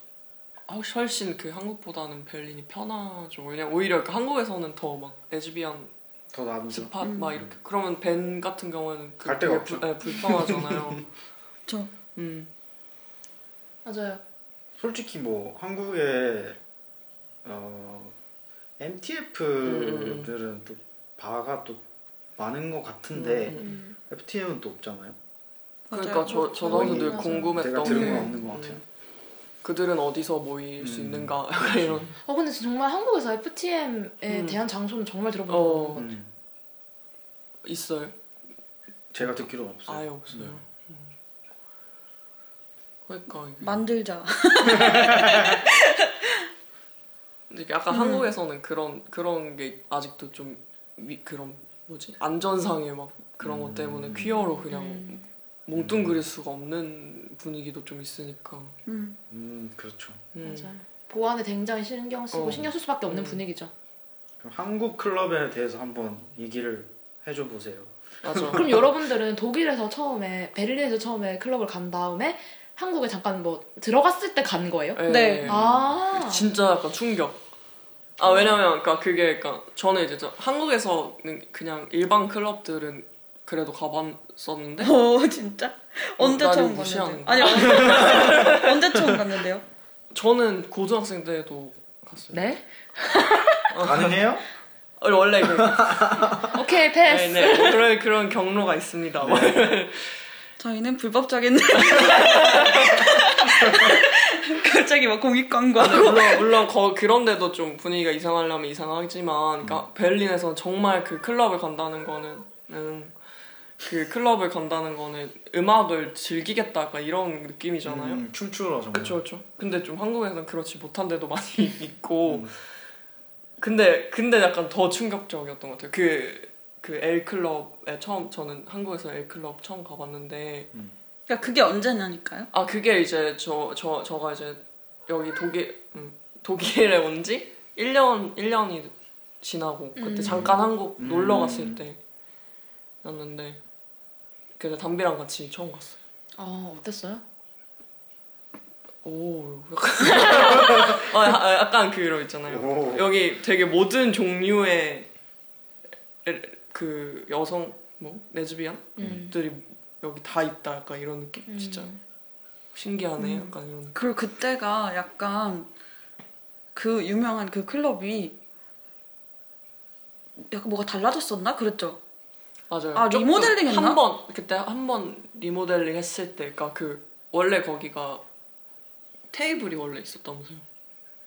Speaker 2: 훨- 훨씬 그 한국보다는 베를린이 편하죠. 왜냐 오히려 그 한국에서는 더 막 레즈비언
Speaker 3: 더 나누죠.
Speaker 2: 스팟 막 이렇게 그러면 밴 같은 경우에는 그
Speaker 3: 갈 데가
Speaker 2: 되게 불- 예, 불편하잖아요.
Speaker 1: 저
Speaker 2: 음.
Speaker 4: 맞아요
Speaker 3: 솔직히 뭐 한국에 어, MTF들은 또 바가 또 많은 것 같은데
Speaker 2: 음, 음.
Speaker 3: FTM은 또 없잖아요.
Speaker 2: 그러니까 저 저도
Speaker 3: 거의
Speaker 2: 늘
Speaker 3: 맞아요.
Speaker 2: 궁금했던
Speaker 3: 내가 들은
Speaker 2: 게 음.
Speaker 3: 건 없는 것 같아요.
Speaker 2: 그들은 어디서 모일 수
Speaker 3: 음.
Speaker 2: 있는가
Speaker 3: 그렇죠.
Speaker 2: 이런
Speaker 4: 어 근데 정말 한국에서 FTM에
Speaker 2: 음.
Speaker 4: 대한 장소는 정말 들어본
Speaker 2: 어.
Speaker 4: 적이 없는 것 같아요
Speaker 3: 음,
Speaker 2: 있어요?
Speaker 3: 제가 듣기로는 없어요. 네.
Speaker 2: 아예 없어요. 음. 그러니까 이게
Speaker 1: 만들자
Speaker 2: 근데 이게 약간 한국에서는 그런 그런 게 아직도 좀 위, 그런 뭐지 안전상의 막 그런 것 때문에
Speaker 3: 음.
Speaker 2: 퀴어로 뭐 그냥
Speaker 4: 음.
Speaker 2: 몽뚱그릴 수가 없는 분위기도 좀 있으니까.
Speaker 1: 음.
Speaker 3: 음 그렇죠.
Speaker 2: 음.
Speaker 4: 맞아요 보안에 굉장히 신경 쓰고
Speaker 2: 어.
Speaker 4: 신경 쓸 수밖에 없는
Speaker 2: 음.
Speaker 4: 분위기죠
Speaker 3: 그럼 한국 클럽에 대해서 한번 얘기를 해줘 보세요.
Speaker 2: 맞아.
Speaker 4: 그럼 여러분들은 독일에서 처음에 베를린에서 처음에 클럽을 간 다음에 한국에 잠깐 뭐 들어갔을 때 간 거예요?
Speaker 2: 예.
Speaker 1: 네.
Speaker 4: 아
Speaker 2: 진짜 약간 충격. 아 왜냐면 그러니까 그게 그러니까 저는 이제 저- 한국에서는 그냥 일반 클럽들은 그래도 가봤었는데
Speaker 1: 오 어, 진짜? 언제
Speaker 2: 나를
Speaker 1: 처음
Speaker 2: 무시하는
Speaker 1: 갔는데요? 아니 언제, 언제 처음 갔는데요?
Speaker 2: 저는 고등학생 때도 갔어요.
Speaker 4: 네?
Speaker 3: 가능해요?
Speaker 2: 아니, 원래 그
Speaker 4: 오케이 패스
Speaker 2: 네, 네. 뭐 그런 그런 경로가 있습니다.
Speaker 1: 저희는 불법적인 갑자기 막 공익 광고.
Speaker 2: 근데 아, 물론 물론 거, 그런데도 좀 분위기가 이상하려면 이상하지만 그러니까 베를린에서 정말 그 클럽을 간다는 거는 음, 그 클럽을 간다는 거는 음악을 즐기겠다 약간 이런 느낌이잖아요.
Speaker 3: 음, 춤추러 정말.
Speaker 2: 그렇죠, 그렇죠. 근데 좀 한국에서는 그렇지 못한 데도 많이 있고,
Speaker 3: 음.
Speaker 2: 근데 근데 약간 더 충격적이었던 것 같아요. 그 그 L 클럽에 처음 저는 한국에서 L 클럽 처음 가봤는데,
Speaker 1: 그러니까 그게 언제냐니까요.
Speaker 2: 아 그게 이제 저 저 저, 가 이제 여기 독일 음, 독일에 온지 1년 1년이 지나고 그때
Speaker 4: 음.
Speaker 2: 잠깐 한국
Speaker 3: 음.
Speaker 2: 놀러 갔을 때였는데, 그래서 담비랑 같이 처음 갔어요.
Speaker 4: 아 어땠어요?
Speaker 2: 오, 약간, 어, 야- 아, 약간 그런 있잖아요.
Speaker 3: 뭐. 오.
Speaker 2: 여기 되게 모든 종류의 에- 그 여성 뭐 레즈비언들이
Speaker 4: 음.
Speaker 2: 여기 다 있다. 약간 이런 느낌.
Speaker 4: 음.
Speaker 2: 진짜 신기하네.
Speaker 1: 음.
Speaker 2: 약간 이런.
Speaker 1: 그리고 그때가 약간 그 유명한 그 클럽이 약간 뭐가 달라졌었나 그랬죠.
Speaker 2: 맞아요.
Speaker 1: 아,
Speaker 2: 조금
Speaker 1: 리모델링 했나?
Speaker 2: 한번 그때 한 번 리모델링 했을 때, 그러니까 그 원래 거기가 테이블이 원래 있었다면서요.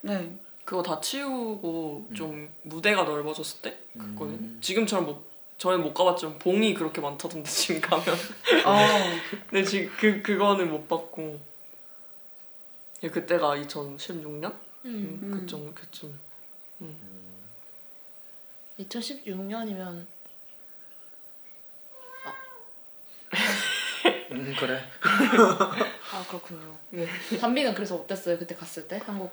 Speaker 1: 네.
Speaker 2: 그거 다 치우고 좀 무대가 넓어졌을 때 그거는 지금처럼 못 저는 못 가봤지만 봉이 그렇게 많다던데 지금 가면.
Speaker 1: 어.
Speaker 2: 근데 지금 그 그거는 못 봤고 예, 그때가 2016년
Speaker 4: 음.
Speaker 1: 음.
Speaker 2: 그쯤 그쯤
Speaker 4: 2016년이면
Speaker 3: 음, 그래.
Speaker 4: 아 그렇군요.
Speaker 2: 네.
Speaker 4: 담비는 그래서 어땠어요? 그때 갔을 때 한국.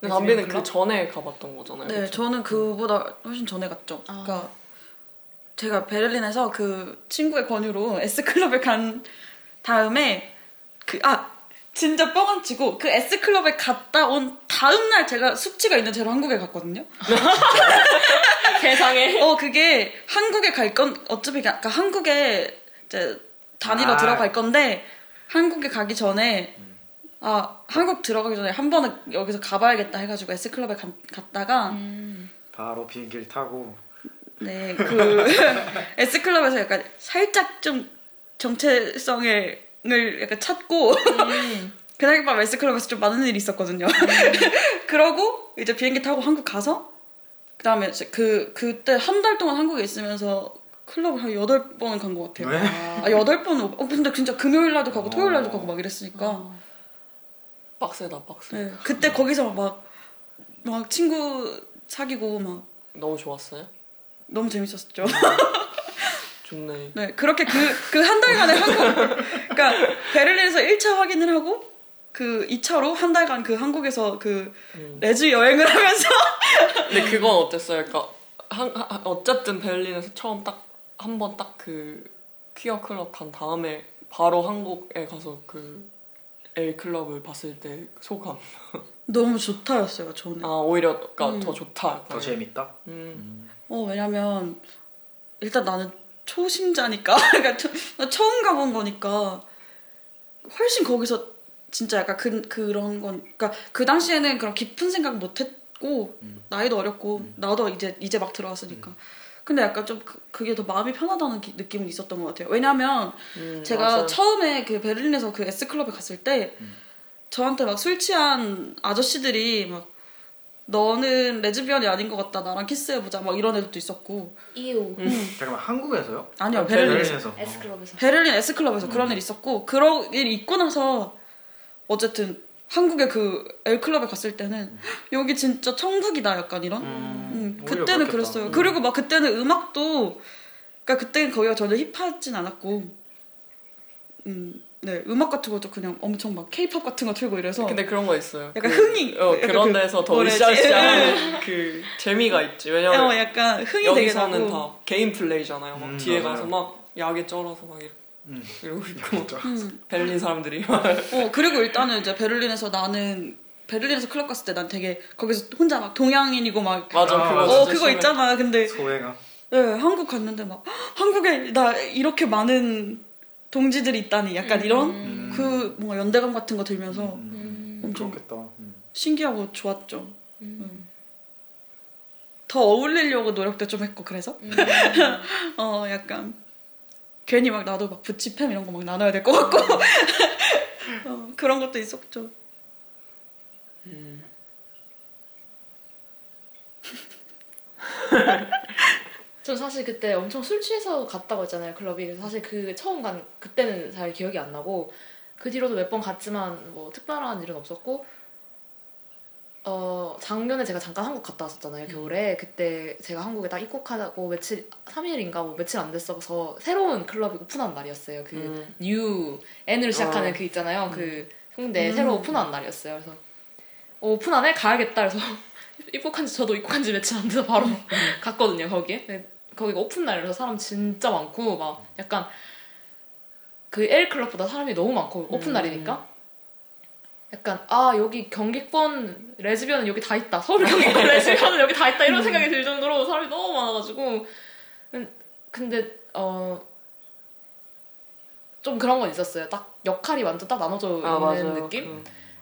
Speaker 2: 근데 담비는
Speaker 4: 레즈비언
Speaker 2: 그 전에 가봤던 거잖아요.
Speaker 1: 네,
Speaker 2: 그쵸?
Speaker 1: 저는 그보다 훨씬 전에 갔죠.
Speaker 4: 아.
Speaker 1: 그러니까 제가 베를린에서 그 친구의 권유로 S 클럽에 간 다음에 그 아 진짜 뻥 안 치고 그 S 클럽에 갔다 온 다음 날 제가 숙취가 있는 채로 한국에 갔거든요.
Speaker 4: 클럽? 세상에.
Speaker 1: 어 그게 한국에 갈 건 어차피 그까 한국에 이제 다니러
Speaker 3: 아.
Speaker 1: 들어갈 건데 한국에 가기 전에 아 한국 들어가기 전에 한 번은 여기서 가봐야겠다 해가지고 S 클럽에 간- 갔다가
Speaker 4: 음.
Speaker 3: 바로 비행기를 타고
Speaker 1: 네 그 S 클럽에서 약간 살짝 좀 정체성을 약간 찾고
Speaker 4: 음.
Speaker 1: 그날 밤 S 클럽에서 좀 많은 일이 있었거든요. 그러고 이제 비행기 타고 한국 가서 그다음에 이제 그 그때 한 달 동안 한국에 있으면서 클럽을 한 여덟 번 간 것 같아요.
Speaker 3: 왜?
Speaker 1: 아 여덟 번 어, 근데 진짜 금요일 날도 가고
Speaker 3: 어.
Speaker 1: 토요일 날도 가고 막 이랬으니까
Speaker 4: 아.
Speaker 2: 빡세다 빡세.
Speaker 1: 네, 그때 거기서 막 막 친구 사귀고 막
Speaker 2: 너무 좋았어요.
Speaker 1: 너무 재밌었죠.
Speaker 2: 좋네.
Speaker 1: 네 그렇게 그 그 한 달간의 한국 그러니까 베를린에서 1차 확인을 하고 그 2차로 한 달간 그 한국에서 그
Speaker 2: 음.
Speaker 1: 레즈 여행을 하면서
Speaker 2: 근데 그건 어땠어요? 그러니까 한, 한- 어쨌든 베를린에서 처음 딱 한 번 딱 그 퀴어 클럽 간 다음에 바로 한국에 가서 그 L 클럽을 봤을 때 소감.
Speaker 1: 너무 좋다였어요 저는.
Speaker 2: 아 오히려 그러니까
Speaker 1: 네. 음.
Speaker 2: 더 좋다.
Speaker 3: 더 재밌다.
Speaker 2: 음.
Speaker 1: 어 왜냐면 일단 나는 초심자니까 그러니까 처, 나 처음 가본 거니까 훨씬 거기서 진짜 약간 그, 그런 건 그러니까 그 당시에는 그런 깊은 생각 못 했고
Speaker 3: 음.
Speaker 1: 나이도 어렸고 나도 이제 이제 막 들어왔으니까 근데 약간 좀 그, 그게 더 마음이 편하다는 기- 느낌은 있었던 것 같아요 왜냐면
Speaker 2: 음,
Speaker 1: 제가
Speaker 2: 맞아요.
Speaker 1: 처음에 그 베를린에서 그 S 클럽에 갔을 때 저한테 막 술 취한 아저씨들이 막 너는 레즈비언이 아닌 것 같다 나랑 키스해보자 막 이런 애들도 있었고
Speaker 4: 이유.
Speaker 2: 음.
Speaker 3: 잠깐만 한국에서요?
Speaker 1: 아니요
Speaker 2: 아,
Speaker 1: 베를린에서 음.
Speaker 3: 베를린에서. 어.
Speaker 4: S 클럽에서.
Speaker 1: 베를린 S 클럽에서 그런 일 있었고 그런 일 있고 나서 어쨌든 한국의 그 L 클럽에 갔을 때는 여기 진짜 청국이다 약간 이런 음,
Speaker 3: 오히려
Speaker 1: 그때는
Speaker 3: 그렇겠다.
Speaker 1: 그랬어요.
Speaker 3: 음.
Speaker 1: 그리고 막 그때는 음악도 그러니까 그때는 거기가 전혀 힙하진 않았고 음, 네, 음악 같은 것도 그냥 엄청 막 케이팝 같은 거 틀고 이래서
Speaker 2: 근데 그런 거 있어요.
Speaker 1: 약간
Speaker 2: 그-
Speaker 1: 흥이-
Speaker 2: 어,
Speaker 1: 약간
Speaker 2: 그런
Speaker 1: 그
Speaker 2: 데서 더
Speaker 1: 뭐라 해야지?
Speaker 2: 으쌰으쌰한 그 재미가 있지. 왜냐면
Speaker 1: 어, 약간 흥이 되게
Speaker 2: 여기서는
Speaker 1: 나고
Speaker 2: 다 개인 플레이잖아요. 막
Speaker 3: 음,
Speaker 2: 뒤에
Speaker 3: 맞아요.
Speaker 2: 가서 막 약에 쩔어서 막 이러-
Speaker 3: 음.
Speaker 2: 이러고 있고
Speaker 1: 음.
Speaker 2: 벨린 사람들이 막
Speaker 1: 어 그리고 일단은 이제 베를린에서 나는 베를린에서 클럽 갔을 때 난 되게 거기서 혼자 막 동양인이고 막
Speaker 2: 맞아
Speaker 3: 아,
Speaker 2: 그거
Speaker 3: 맞아.
Speaker 1: 어
Speaker 2: 진짜
Speaker 1: 그거
Speaker 2: 심해.
Speaker 1: 있잖아 근데
Speaker 3: 소외감.
Speaker 1: 네, 한국 갔는데 막 "헉, 한국에 나 이렇게 많은 동지들이 있다니 약간 이런
Speaker 4: 음.
Speaker 1: 그 뭔가 연대감 같은 거 들면서
Speaker 4: 음.
Speaker 1: 엄청
Speaker 3: 좋겠다. 음.
Speaker 1: 신기하고 좋았죠.
Speaker 4: 음.
Speaker 1: 더 어울리려고 노력도 좀 했고 그래서
Speaker 4: 음.
Speaker 1: 어 약간 괜히 막 나도 막 부치팸 이런 거 막 나눠야 될 것 같고 어, 그런 것도 있었죠.
Speaker 4: 전 사실 그때 엄청 술 취해서 갔다고 했잖아요 클럽이 그래서 사실 그 처음 간 그때는 잘 기억이 안 나고 그 뒤로도 몇 번 갔지만 뭐 특별한 일은 없었고 어 작년에 제가 잠깐 한국 갔다 왔었잖아요 겨울에 그때 제가 한국에 딱 입국하고 며칠 3일인가 뭐 며칠 안 됐어서 새로운 클럽이 오픈한 날이었어요 그
Speaker 2: 음.
Speaker 4: 뉴 N으로 시작하는
Speaker 2: 어.
Speaker 4: 그 있잖아요. 그 홍대
Speaker 1: 음.
Speaker 4: 새로 오픈한 날이었어요. 그래서 어, 오픈하네 가야겠다. 그래서 입국한 지 저도 입국한 지 며칠 안 돼서 바로 갔거든요. 거기에 근데 거기가 오픈 날이라서 사람 진짜 많고 막 약간 그 L 클럽보다 사람이 너무 많고 오픈
Speaker 2: 음.
Speaker 4: 날이니까 약간 아 여기 경기권 레즈비언은 여기 다 있다 서울 경기권 레즈비언은 여기 다 있다 이런 생각이 들 정도로 사람이 너무 많아가지고 근- 근데 어 좀 그런 건 있었어요. 딱 역할이 완전 딱 나눠져 있는
Speaker 2: 아 맞아요.
Speaker 4: 느낌?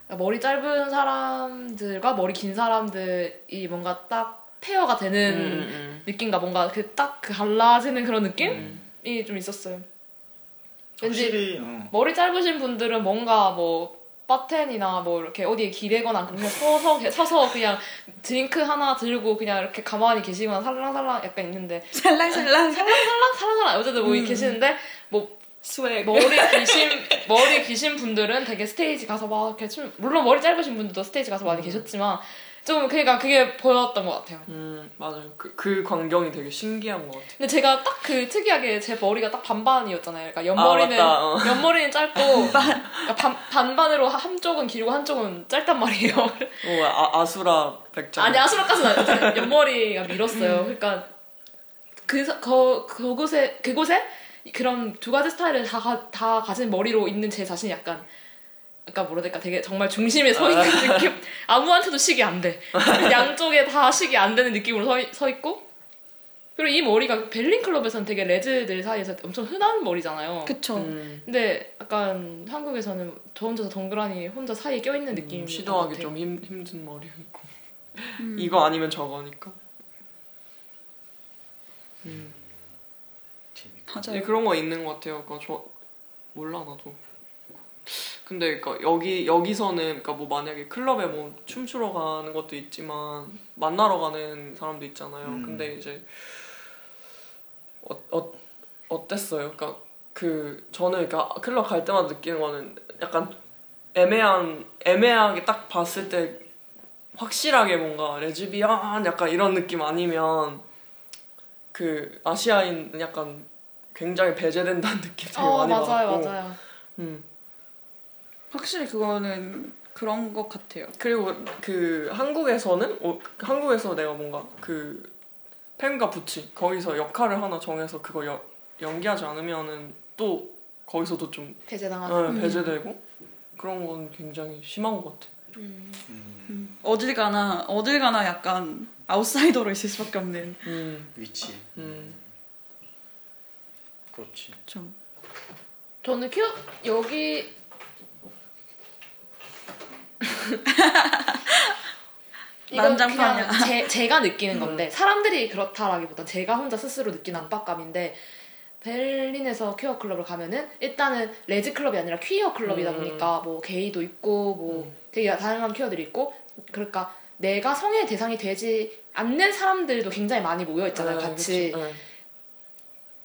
Speaker 2: 음.
Speaker 4: 머리 짧은 사람들과 머리 긴 사람들이 뭔가 딱 페어가
Speaker 2: 음,
Speaker 4: 되는
Speaker 2: 음,
Speaker 4: 느낌과 뭔가 그 딱 그 갈라지는 그런 느낌이
Speaker 2: 음.
Speaker 4: 좀 있었어요. 왠지
Speaker 3: 확실히 어.
Speaker 4: 머리 짧으신 분들은 뭔가 뭐 바텐이나 뭐 이렇게 어디에 기대거나 그냥 서서 서서 그냥 드링크 하나 들고 그냥 이렇게 가만히 계시거나 살랑살랑 약간 있는데
Speaker 1: 살랑살랑
Speaker 4: 살랑살랑 살랑살랑 여자들 모이
Speaker 1: 음.
Speaker 4: 계시는데 뭐
Speaker 2: 스웩.
Speaker 4: 머리 기신 머리 기신 분들은 되게 스테이지 가서 막 이렇게 춤 물론 머리 짧으신 분들도 스테이지 가서 많이 계셨지만 좀 그러니까 그게 보였던 것 같아요.
Speaker 2: 음 맞아요. 그, 그 광경이 되게 신기한 것 같아요.
Speaker 4: 근데 제가 딱 그 특이하게 제 머리가 딱 반반이었잖아요. 그러니까 옆머리는
Speaker 2: 아, 맞다. 어.
Speaker 4: 옆머리는 짧고 그러니까 반, 반반으로 한쪽은 길고 한쪽은 짧단 말이에요.
Speaker 2: 오 아, 아수라 백장.
Speaker 4: 아니 아수라까지는 아니었어요. 옆머리가
Speaker 2: 음.
Speaker 4: 밀었어요. 그러니까 그 사- 거, 그곳에 그곳에 그런 두 가지 스타일을 다, 가, 다 가진 머리로 있는 제 자신이 약간 아까 뭐라 해야 될까 되게 정말 중심에
Speaker 2: 아.
Speaker 4: 서 있는 느낌 아무한테도 식이 안돼 양쪽에 다 식이 안 되는 느낌으로 서, 서 있고 그리고 이 머리가 벨링 클럽에서는 되게 레즈들 사이에서 엄청 흔한 머리잖아요
Speaker 1: 그쵸
Speaker 2: 음,
Speaker 4: 근데 약간 한국에서는 저 혼자서 덩그라니 혼자 사이에 껴있는 느낌
Speaker 2: 음, 시도하기 좀 힘, 힘든 머리였고
Speaker 1: 음.
Speaker 2: 이거 아니면 저거니까. 음.
Speaker 3: 재밌고.
Speaker 2: 네,
Speaker 1: 맞아요
Speaker 2: 그런 거 있는 것 같아요. 그러니까 저 몰라 나도. 근데 그러니까 여기 여기서는 그러니까 뭐 만약에 클럽에 뭐 춤추러 가는 것도 있지만 만나러 가는 사람도 있잖아요.
Speaker 3: 음.
Speaker 2: 근데 이제 어, 어 어땠어요? 그러니까 그 저는 그러니까 클럽 갈 때마다 느끼는 거는 약간 애매한 애매하게 딱 봤을 때 확실하게 뭔가 레즈비언 약간 이런 느낌 아니면 그 아시아인 약간 굉장히 배제된다는 느낌 되게
Speaker 4: 어
Speaker 2: 많이
Speaker 4: 맞아요
Speaker 2: 받았고
Speaker 4: 맞아요
Speaker 2: 음.
Speaker 1: 확실히 그거는 그런 것 같아요
Speaker 2: 그리고 그 한국에서는 어, 한국에서 내가 뭔가 그 팬과 부치 거기서 역할을 하나 정해서 그거 여, 연기하지 않으면은 또 거기서도 좀
Speaker 4: 배제당하는
Speaker 2: 어,
Speaker 1: 음.
Speaker 2: 배제되고 그런 건 굉장히 심한 것 같아요.
Speaker 4: 음.
Speaker 3: 음,
Speaker 1: 음. 어딜 가나 어딜 가나 약간 아웃사이더로 있을 수밖에 없는
Speaker 2: 음.
Speaker 3: 위치.
Speaker 2: 음.
Speaker 3: 그렇지.
Speaker 1: 좀
Speaker 4: 저는 큐 여기 이건
Speaker 1: 난장판이야.
Speaker 4: 그냥 제, 제가 느끼는 건데 사람들이 그렇다라기보단 제가 혼자 스스로 느낀 압박감인데 베를린에서 퀴어 클럽을 가면은 일단은 레즈 클럽이 아니라 퀴어 클럽이다
Speaker 2: 음.
Speaker 4: 보니까 뭐 게이도 있고 뭐 되게 다양한 퀴어들이 있고 그러니까 내가 성의 대상이 되지 않는 사람들도 굉장히 많이 모여 있잖아요
Speaker 2: 어, 그치.
Speaker 4: 같이
Speaker 2: 어,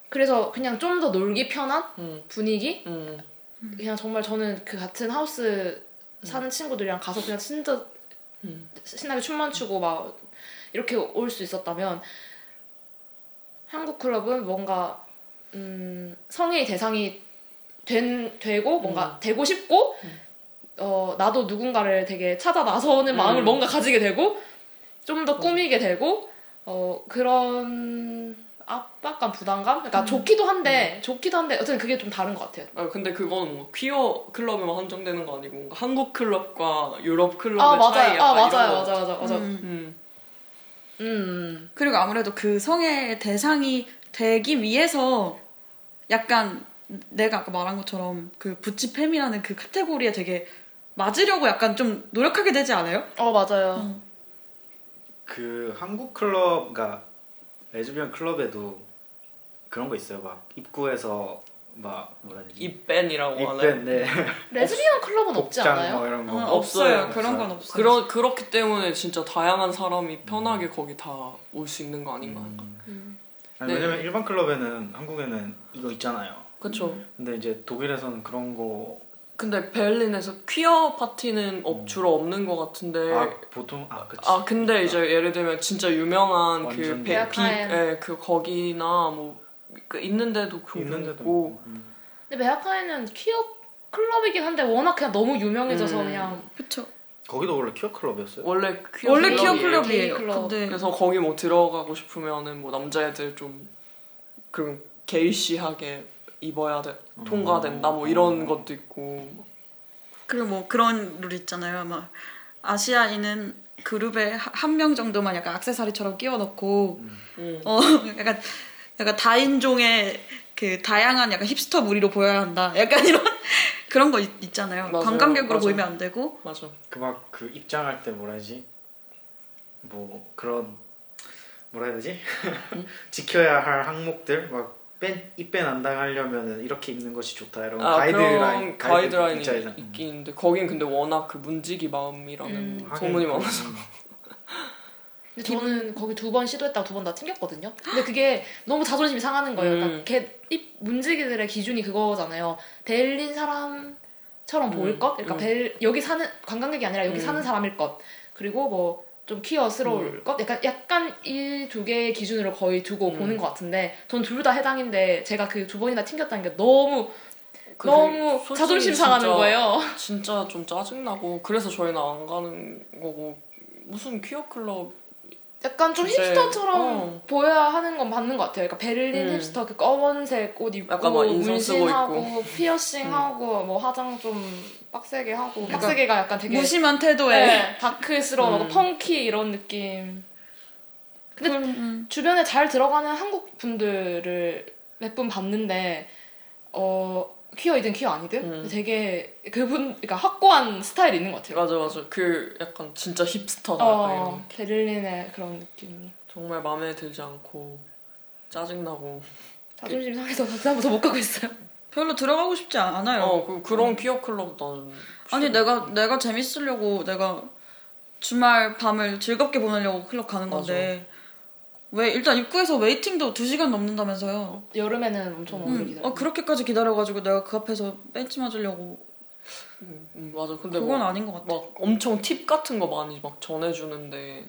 Speaker 4: 그래서 그냥 좀 더 놀기 편한
Speaker 2: 음.
Speaker 4: 분위기
Speaker 2: 음.
Speaker 4: 그냥 정말 저는 그 같은 하우스 사는 친구들이랑 가서 그냥 진짜
Speaker 2: 음.
Speaker 4: 신나게 춤만 추고 막 이렇게 올 수 있었다면 한국 클럽은 뭔가 음, 성의 대상이 된 되고 뭔가 되고 싶고
Speaker 2: 음.
Speaker 4: 어, 나도 누군가를 되게 찾아 나서는 마음을
Speaker 2: 음.
Speaker 4: 뭔가 가지게 되고 좀 더 꾸미게 되고 어, 그런 압박감 부담감 그러니까
Speaker 2: 음.
Speaker 4: 좋기도 한데 좋기도 한데 어쨌든 그게 좀 다른 것 같아요.
Speaker 2: 아 근데 그거는 뭔가 퀴어 클럽에만 한정되는 거 아니고 뭔가 한국 클럽과 유럽 클럽의
Speaker 4: 아
Speaker 2: 차이
Speaker 4: 맞아요. 아
Speaker 2: 약간
Speaker 4: 맞아요.
Speaker 2: 이런 거.
Speaker 4: 맞아요. 맞아요. 맞아요. 음.
Speaker 1: 음.
Speaker 2: 음.
Speaker 4: 음.
Speaker 1: 그리고 아무래도 그 성의 대상이 되기 위해서 약간 내가 아까 말한 것처럼 그 부치팸이라는 그 카테고리에 되게 맞으려고 약간 좀 노력하게 되지 않아요?
Speaker 4: 어 맞아요.
Speaker 3: 그 한국 클럽, 그러니까 레즈비언 클럽에도 그런 거 있어요. 막 입구에서 막 뭐라 해야 되지?
Speaker 2: 입밴이라고 하나요?
Speaker 3: 입밴 네.
Speaker 4: 레즈비언 클럽은 없지
Speaker 3: 복장
Speaker 4: 않아요?
Speaker 3: 뭐 이런 거.
Speaker 1: 어,
Speaker 2: 없어요.
Speaker 1: 없어요. 그런 건 없어요.
Speaker 2: 그러, 그렇기 때문에 진짜 다양한 사람이 편하게 거기 다 올 수 있는 거 아닌가
Speaker 3: 음.
Speaker 4: 음.
Speaker 3: 아니,
Speaker 2: 네.
Speaker 3: 왜냐면 일반 클럽에는 한국에는 이거 있잖아요.
Speaker 2: 그쵸
Speaker 3: 근데 이제 독일에서는 그런 거
Speaker 2: 근데 베를린에서 퀴어 파티는 업, 주로 없는 것 같은데
Speaker 3: 음. 아,
Speaker 2: 아,
Speaker 3: 보통 아 그치.
Speaker 2: 근데 이제 예를 들면 진짜 유명한
Speaker 3: 완전
Speaker 2: 그 배, 비,
Speaker 4: 베아카엠.
Speaker 2: 예, 그 거기나 뭐 그, 있는데도 종종
Speaker 3: 있는데도
Speaker 2: 있고
Speaker 3: 있고. 음.
Speaker 4: 근데 베아카에는 퀴어 클럽이긴 한데 워낙 그냥 너무 유명해져서
Speaker 2: 음.
Speaker 4: 그냥
Speaker 1: 그쵸.
Speaker 3: 거기도 원래 퀴어 클럽이었어요.
Speaker 2: 원래 퀴어
Speaker 1: 원래
Speaker 4: 클럽이에요.
Speaker 1: 키어
Speaker 2: 클럽이에요.
Speaker 1: 클럽이에요.
Speaker 4: 게이 클럽.
Speaker 1: 근데
Speaker 2: 그래서 거기 뭐 들어가고 싶으면은 뭐 남자애들 좀 그런 게이시하게 입어야 돼 통과된다 뭐
Speaker 3: 어.
Speaker 2: 이런 것도 있고
Speaker 1: 그리고 뭐 그런 룰 있잖아요. 막 아시아인은 그룹에 한 명 정도만 약간 악세사리처럼 끼워 넣고
Speaker 2: 음.
Speaker 1: 어 약간 약간 다인종의 그 다양한 약간 힙스터 무리로 보여야 한다. 약간 이런 그런 거 있, 잖아요
Speaker 2: 맞아요.
Speaker 1: 관광객으로
Speaker 2: 맞아요.
Speaker 1: 보이면 안 되고
Speaker 2: 맞아
Speaker 3: 그 막 그 입장할 때 뭐라 하지? 뭐 그런 뭐라 해야 되지? 지켜야 할 항목들 막 뺀, 입뺀 안 당하려면은 이렇게 입는 것이 좋다 이런
Speaker 2: 아
Speaker 3: 가이드라인
Speaker 2: 그런 가이드라인이
Speaker 3: 있잖아요.
Speaker 2: 있긴 있는데 거긴 근데 워낙 그 문지기 마음이라는
Speaker 4: 음.
Speaker 2: 소문이
Speaker 3: 하긴
Speaker 2: 많아
Speaker 4: 근데 저는 거기 두 번 시도했다가 두 번 다 튕겼거든요. 근데 그게 너무 자존심이 상하는 거예요. 그러니까
Speaker 2: 음.
Speaker 4: 걔입 문지기들의 기준이 그거잖아요. 베를린 사람처럼 보일
Speaker 2: 음.
Speaker 4: 것, 그러니까
Speaker 2: 음.
Speaker 4: 벨, 여기 사는 관광객이 아니라
Speaker 2: 음.
Speaker 4: 여기 사는 사람일 것, 그리고 뭐. 좀 퀴어스러울 것? 약간, 약간 이 두 개의 기준으로 거의 두고
Speaker 2: 음.
Speaker 4: 보는 것 같은데, 전 둘 다 해당인데, 제가 그 두 번이나 튕겼다는 게 너무,
Speaker 2: 그
Speaker 4: 너무
Speaker 2: 솔직히
Speaker 4: 자존심 상하는
Speaker 2: 진짜
Speaker 4: 거예요.
Speaker 2: 진짜 좀 짜증나고 그래서 저희는 안 가는 거고 무슨 퀴어 클럽
Speaker 4: 약간 좀
Speaker 2: 진짜,
Speaker 4: 힙스터처럼
Speaker 2: 어.
Speaker 4: 보여야 하는 건 맞는 것 같아요. 그러니까 베를린
Speaker 2: 음.
Speaker 4: 힙스터 그 검은색 옷 입고
Speaker 2: 약간 막 인상 쓰고 네.
Speaker 4: 문신하고 피어싱하고 뭐 화장 좀 빡세게 하고 빡세게가 약간 되게
Speaker 1: 무심한 태도에
Speaker 4: 네, 다크스러워,
Speaker 2: 그러니까 음.
Speaker 4: 펑키 이런 느낌. 근데
Speaker 1: 음,
Speaker 4: 주변에 잘 들어가는 한국 분들을 몇 분 봤는데 어 퀴어이든 퀴어 아니든
Speaker 2: 음.
Speaker 4: 되게 그분 그러니까 확고한 스타일이 있는 것 같아요.
Speaker 2: 맞아 맞아 그 약간 진짜 힙스터다 그렇죠. 약간 이런
Speaker 4: 어, 베를린의 그런 느낌.
Speaker 2: 정말 마음에 들지 않고 짜증나고
Speaker 4: 자존심 상해서 다음부터 못 가고 있어요.
Speaker 1: 별로 들어가고 싶지 않아요.
Speaker 2: 어 그렇죠. 그, 그런 퀴어 클럽 나는
Speaker 1: 아니
Speaker 2: 싫어.
Speaker 1: 내가 내가 재밌으려고 내가 주말 밤을 즐겁게 보내려고 클럽 가는 건데 왜 일단 입구에서 웨이팅도 2 시간 넘는다면서요?
Speaker 4: 여름에는 엄청 오래
Speaker 1: 음,
Speaker 4: 기다려.
Speaker 1: 어 그렇게까지 기다려가지고 내가 그 앞에서 벤치 맞으려고
Speaker 2: 음, 음, 맞아 근데
Speaker 1: 그건
Speaker 2: 뭐
Speaker 1: 아닌 것 같아.
Speaker 2: 막 엄청 팁 같은 거 많이 막 전해주는데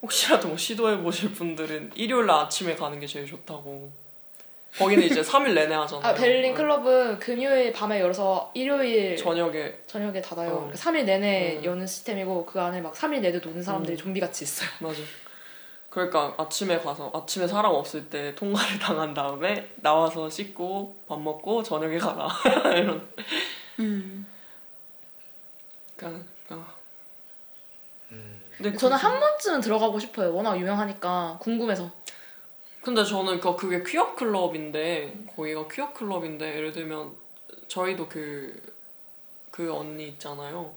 Speaker 2: 혹시라도 뭐 시도해 보실 분들은 일요일 날 아침에 가는 게 제일 좋다고 거기는 이제 3일 내내 하잖아요
Speaker 4: 아 베를린 클럽은 금요일 밤에 열어서 일요일
Speaker 2: 네. 저녁에
Speaker 4: 저녁에 닫아요.
Speaker 2: 어.
Speaker 4: 그러니까 3일 내내
Speaker 2: 음.
Speaker 4: 여는 시스템이고 그 안에 막 3일 내내 노는 사람들이
Speaker 2: 음.
Speaker 4: 좀비같이 있어요.
Speaker 2: 맞아 그러니까 아침에 가서 아침에 사람 없을 때 통과를 당한 다음에 나와서 씻고 밥 먹고 저녁에 가라 이런
Speaker 1: 음.
Speaker 2: 그러니까 아.
Speaker 3: 음.
Speaker 2: 근데
Speaker 4: 저는 한 번쯤은 들어가고 싶어요. 워낙 유명하니까 궁금해서.
Speaker 2: 근데 저는 그 그게 퀴어 클럽인데 거기가 퀴어 클럽인데 예를 들면 저희도 그 그 언니 있잖아요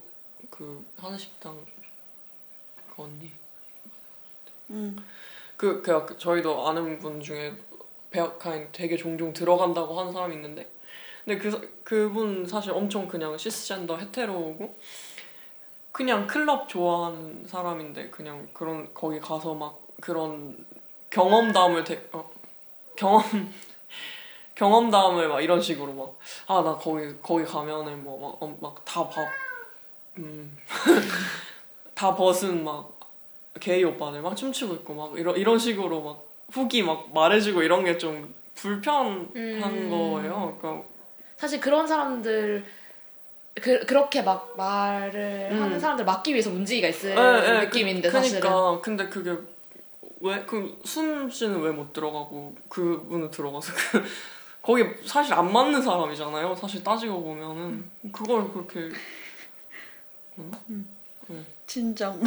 Speaker 2: 그 한식당 그 언니
Speaker 1: 음.
Speaker 2: 그, 그 저희도 아는 분 중에 베어카인 되게 종종 들어간다고 하는 사람이 있는데 근데 그 사- 그분 사실 엄청 그냥 시스젠더 헤테로고 그냥 클럽 좋아하는 사람인데 그냥 그런 거기 가서 막 그런 경험담을 되, 어, 경험 경험담을 막 이런 식으로 막 아 나 거기 거기 가면은 뭐 뭐막막다밥음다 벗은 막 게이 오빠들 막 춤추고 있고 막 이런 이런 식으로 막 후기 막 말해주고 이런 게 좀 불편한
Speaker 4: 음.
Speaker 2: 거예요. 그러니까
Speaker 4: 사실 그런 사람들 그, 그렇게 막 말을
Speaker 2: 음.
Speaker 4: 하는 사람들 막기 위해서 문지기가 있을
Speaker 2: 예, 예,
Speaker 4: 느낌인데
Speaker 2: 그,
Speaker 4: 사실은.
Speaker 2: 그러니까 근데 그게 왜 그 순 씨는 왜 못 들어가고 그분은 들어가서 그 거기 사실 안 맞는 사람이잖아요. 사실 따지고 보면은 그걸 그렇게
Speaker 1: 진정.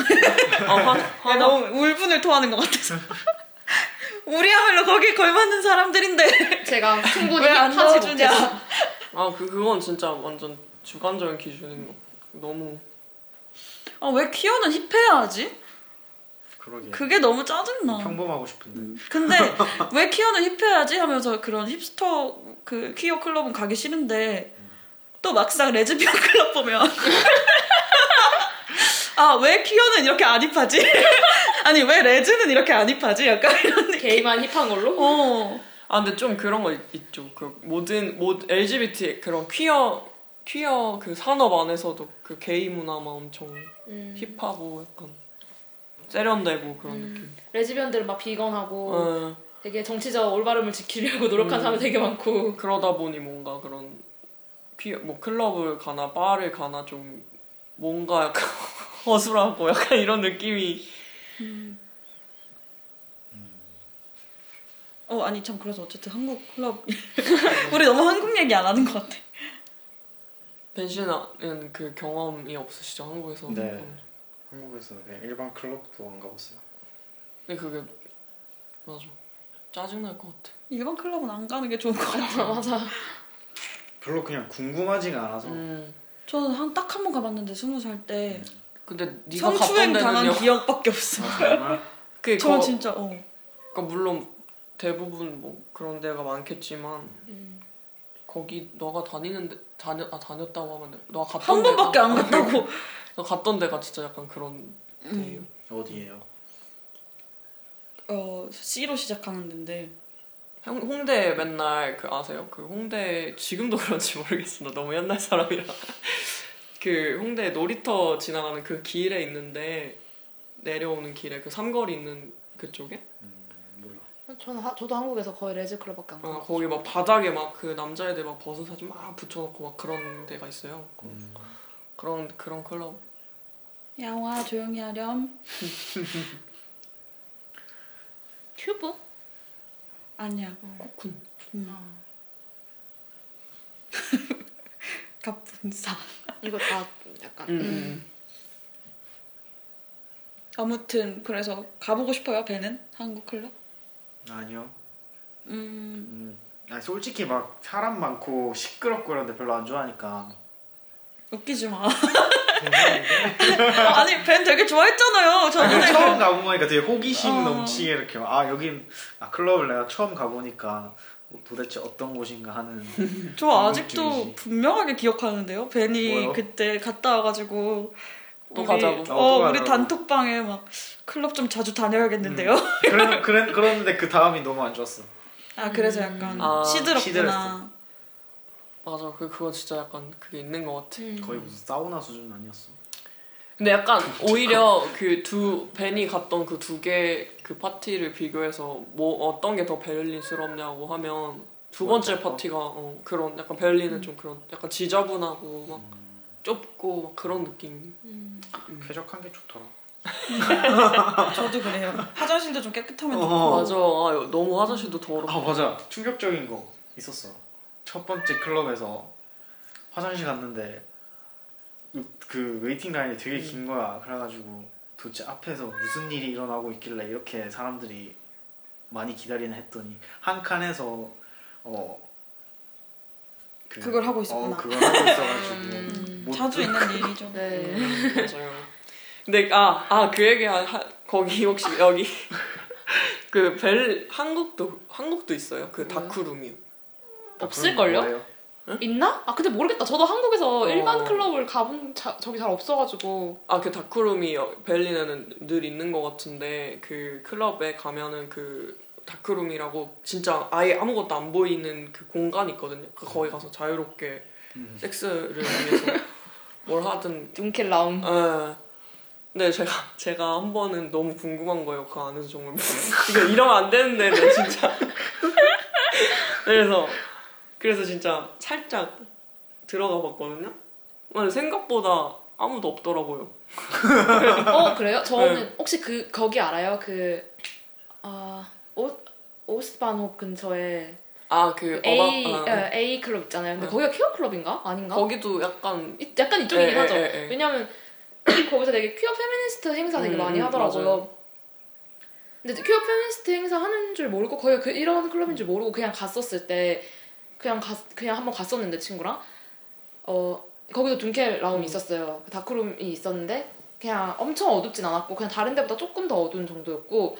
Speaker 2: 아, 화,
Speaker 1: 야,
Speaker 2: 화,
Speaker 1: 너무 울분을 토하는 것 같아서. 우리야말로 거기에 걸맞는 사람들인데
Speaker 4: 제가 충분히
Speaker 1: 왜 안
Speaker 4: 힙하지
Speaker 1: 넣어주냐?
Speaker 4: 못해서.
Speaker 2: 아, 그 그건 진짜 완전 주관적인 기준인 거. 너무
Speaker 1: 아 왜 키어는 힙해야 하지?
Speaker 3: 그러게
Speaker 1: 그게 너무
Speaker 2: 어.
Speaker 1: 짜증나.
Speaker 3: 네. 평범하고 싶은데
Speaker 1: 근데 왜 키어는 힙해야지 하면서 그런 힙스터 그 키어 클럽은 가기 싫은데 또 막상 레즈비언 클럽 보면 아 왜 키어는 이렇게 안 힙하지? 아니 왜 레즈는 이렇게 안 힙하지? 약간 이런
Speaker 4: 게이만 힙한 걸로?
Speaker 1: 어
Speaker 2: 아 근데 좀 그런 거 있- 있죠. 그 모든 모 LGBT 그런 퀴어 퀴어 그 산업 안에서도 그 게이 문화만 엄청
Speaker 4: 음.
Speaker 2: 힙하고 약간 세련되고 그런
Speaker 4: 음.
Speaker 2: 느낌.
Speaker 4: 레즈비언들은 막 비건하고
Speaker 2: 어,
Speaker 4: 되게 정치적 올바름을 지키려고 노력한
Speaker 2: 음.
Speaker 4: 사람 되게 많고
Speaker 2: 그러다 보니 뭔가 그런 퀴어 뭐 클럽을 가나 바를 가나 좀 뭔가 약간 허술하고 약간 이런 느낌이
Speaker 1: 어, 아니 참 그래서 어쨌든 한국 클럽 우리 너무 한국 얘기 안 하는 것 같아.
Speaker 2: 벤씨는 그 경험이 없으시죠 한국에서.
Speaker 3: 네.
Speaker 2: 음.
Speaker 3: 한국에서 그냥 일반 클럽도 안 가봤어요
Speaker 2: 근데 그게 맞아 짜증 날 것 같아.
Speaker 1: 일반 클럽은 안 가는 게 좋은 것 같아.
Speaker 4: 맞아
Speaker 3: 별로 그냥 궁금하지가 않아서
Speaker 2: 음.
Speaker 1: 저는 한 딱 한 번 가봤는데 스무 살 때
Speaker 2: 근데 네가
Speaker 1: 성추행
Speaker 2: 갔던 데는요.
Speaker 1: 당한 기억밖에 없어.
Speaker 3: 아, 정말
Speaker 2: 그
Speaker 1: 저는
Speaker 2: 거,
Speaker 1: 진짜 어.
Speaker 2: 그러니까 물론 대부분 뭐 그런 데가 많겠지만
Speaker 4: 음.
Speaker 2: 거기 너가 다니는데 다녀 아 다녔다고 하면 돼. 너가 갔던
Speaker 1: 한 번밖에
Speaker 2: 데가-
Speaker 1: 안 갔다고. 음.
Speaker 2: 너 갔던 데가 진짜 약간 그런 데예요.
Speaker 3: 어디예요?
Speaker 1: 어 C로 시작하는 데인데
Speaker 2: 홍- 홍대 맨날 그 아세요? 그 홍대 지금도 그런지 모르겠어. 나 너무 옛날 사람이라. 그 홍대 놀이터 지나가는 그 길에 있는데 내려오는 길에 그 삼거리 있는 그쪽에
Speaker 3: 음, 몰라
Speaker 4: 저는 하- 저도 한국에서 거의 레즈 클럽밖에 안
Speaker 1: 그렇죠.
Speaker 2: 아,
Speaker 4: 가요
Speaker 2: 거기 막 바닥에 막 그 남자애들 막 버스 사진 막 붙여놓고 막 그런 데가 있어요.
Speaker 3: 음,
Speaker 2: 그런 그런 클럽
Speaker 1: 양화 조용히 하렴
Speaker 4: 큐브?
Speaker 1: 아니야
Speaker 2: 코쿤
Speaker 4: 어.
Speaker 1: 음. 갑분사
Speaker 4: 이거 다 약간
Speaker 2: 음.
Speaker 4: 음.
Speaker 1: 아무튼 그래서 가보고 싶어요 배는 한국 클럽
Speaker 3: 아니요
Speaker 1: 음
Speaker 3: 음, 아니 솔직히 막 사람 많고 시끄럽고 그런데 별로 안 좋아하니까
Speaker 1: 웃기지 마 아니 벤 되게 좋아했잖아요
Speaker 3: 아니,
Speaker 1: 저번에
Speaker 3: 처음 가본 거니까 되게 호기심
Speaker 1: 어.
Speaker 3: 넘치게 이렇게 아 여기 아 클럽을 내가 처음 가보니까 뭐 도대체 어떤 곳인가 하는
Speaker 1: 저 아직도
Speaker 3: 중이지.
Speaker 1: 분명하게 기억하는데요 벤이
Speaker 3: 뭐요?
Speaker 1: 그때 갔다 와가지고
Speaker 2: 또
Speaker 1: 우리-
Speaker 2: 가자고.
Speaker 3: 어, 또
Speaker 1: 어 우리
Speaker 3: 가자고. 음.
Speaker 1: 단톡방에 막 클럽 좀 자주 다녀야겠는데요
Speaker 3: 그래, 그래, 그랬는데 그 다음이 너무 안 좋았어
Speaker 1: 아 그래서 약간
Speaker 2: 아,
Speaker 1: 시들었구나
Speaker 3: 음. 시들었어.
Speaker 2: 맞아 그 그거 진짜 약간 그게 있는 것 같아.
Speaker 4: 음.
Speaker 3: 거의 무슨 사우나 수준 아니었어
Speaker 2: 근데 약간 오히려 그 두 벤이 갔던 그 두 개 그 파티를 비교해서 뭐 어떤 게 더 베를린스럽냐고 하면 두 번째
Speaker 3: 맞아.
Speaker 2: 파티가 어, 그런 약간 베를린은 좀 그런 약간 지저분하고 막
Speaker 3: 음.
Speaker 2: 좁고 막 그런 느낌.
Speaker 4: 음.
Speaker 3: 쾌적한 게 좋더라
Speaker 1: 저도 그래요 화장실도 좀 깨끗하면 좋고.
Speaker 3: 어.
Speaker 2: 맞아. 아, 너무 화장실도 더럽고.
Speaker 3: 아 맞아 충격적인 거 있었어 첫 번째 클럽에서 화장실 갔는데 그- 그 웨이팅 라인이 되게 긴 거야 그래가지고 도대체 앞에서 무슨 일이 일어나고 있길래 이렇게 사람들이 많이 기다리나 했더니 한 칸에서 어 그,
Speaker 1: 그걸 하고 있었구나.
Speaker 3: 어, 그걸 하고 있어가지고 뭐그 아,
Speaker 4: 음.
Speaker 3: 못
Speaker 2: 뭐
Speaker 1: 자주 있는 일이죠.
Speaker 4: 네
Speaker 2: 음, 맞아요. 근데 아, 아, 그 얘기 하, 하- 거기 혹시 여기 그 벨 한국도 한국도 있어요. 그
Speaker 4: 뭐요?
Speaker 2: 다크룸이요.
Speaker 4: 없을걸요?
Speaker 3: 뭐예요?
Speaker 4: 있나? 아 근데 모르겠다 저도 한국에서
Speaker 2: 어.
Speaker 4: 일반 클럽을 가본 자, 적이 잘 없어가지고
Speaker 2: 아 그 다크룸이 여- 베를린에는 늘 있는 것 같은데 그 클럽에 가면은 그 다크룸이라고 진짜 아예 아무것도 안 보이는 그 공간이 있거든요. 그 거기 가서 자유롭게
Speaker 3: 음.
Speaker 2: 섹스를 위해서 뭘 하든.
Speaker 4: 눈길 라움
Speaker 2: 에. 예. 근데 제가 제가 한 번은 너무 궁금한 거예요. 그 안에서 정말 무슨- 이거 이러면 안 되는데 나 진짜. 그래서 그래서 진짜 살짝 들어가 봤거든요. 근데 생각보다 아무도 없더라고요.
Speaker 4: 어 그래요? 저는 혹시 그 거기 알아요? 그아오 오스반호 근처에
Speaker 2: 아 그
Speaker 4: A
Speaker 2: 어바 아,
Speaker 4: 예, A 클럽 있잖아요. 근데
Speaker 2: 어.
Speaker 4: 거기가 퀴어 클럽인가 아닌가?
Speaker 2: 거기도 약간
Speaker 4: 이- 약간 이쪽이긴
Speaker 2: 예,
Speaker 4: 하죠.
Speaker 2: 예, 예, 예.
Speaker 4: 왜냐면 거기서 되게 퀴어 페미니스트 행사 되게
Speaker 2: 음,
Speaker 4: 많이
Speaker 2: 음,
Speaker 4: 하더라고요.
Speaker 2: 맞아요.
Speaker 4: 근데 퀴어 페미니스트 행사 하는 줄 모르고 거의 그 이런 클럽인 줄 모르고 그냥 갔었을 때 그냥 갔 그냥 한번 갔었는데 친구랑 어 거기도 둔켈 라움이
Speaker 2: 음.
Speaker 4: 있었어요. 그 다크룸이 있었는데 그냥 엄청 어둡진 않았고 그냥 다른 데보다 조금 더 어두운 정도였고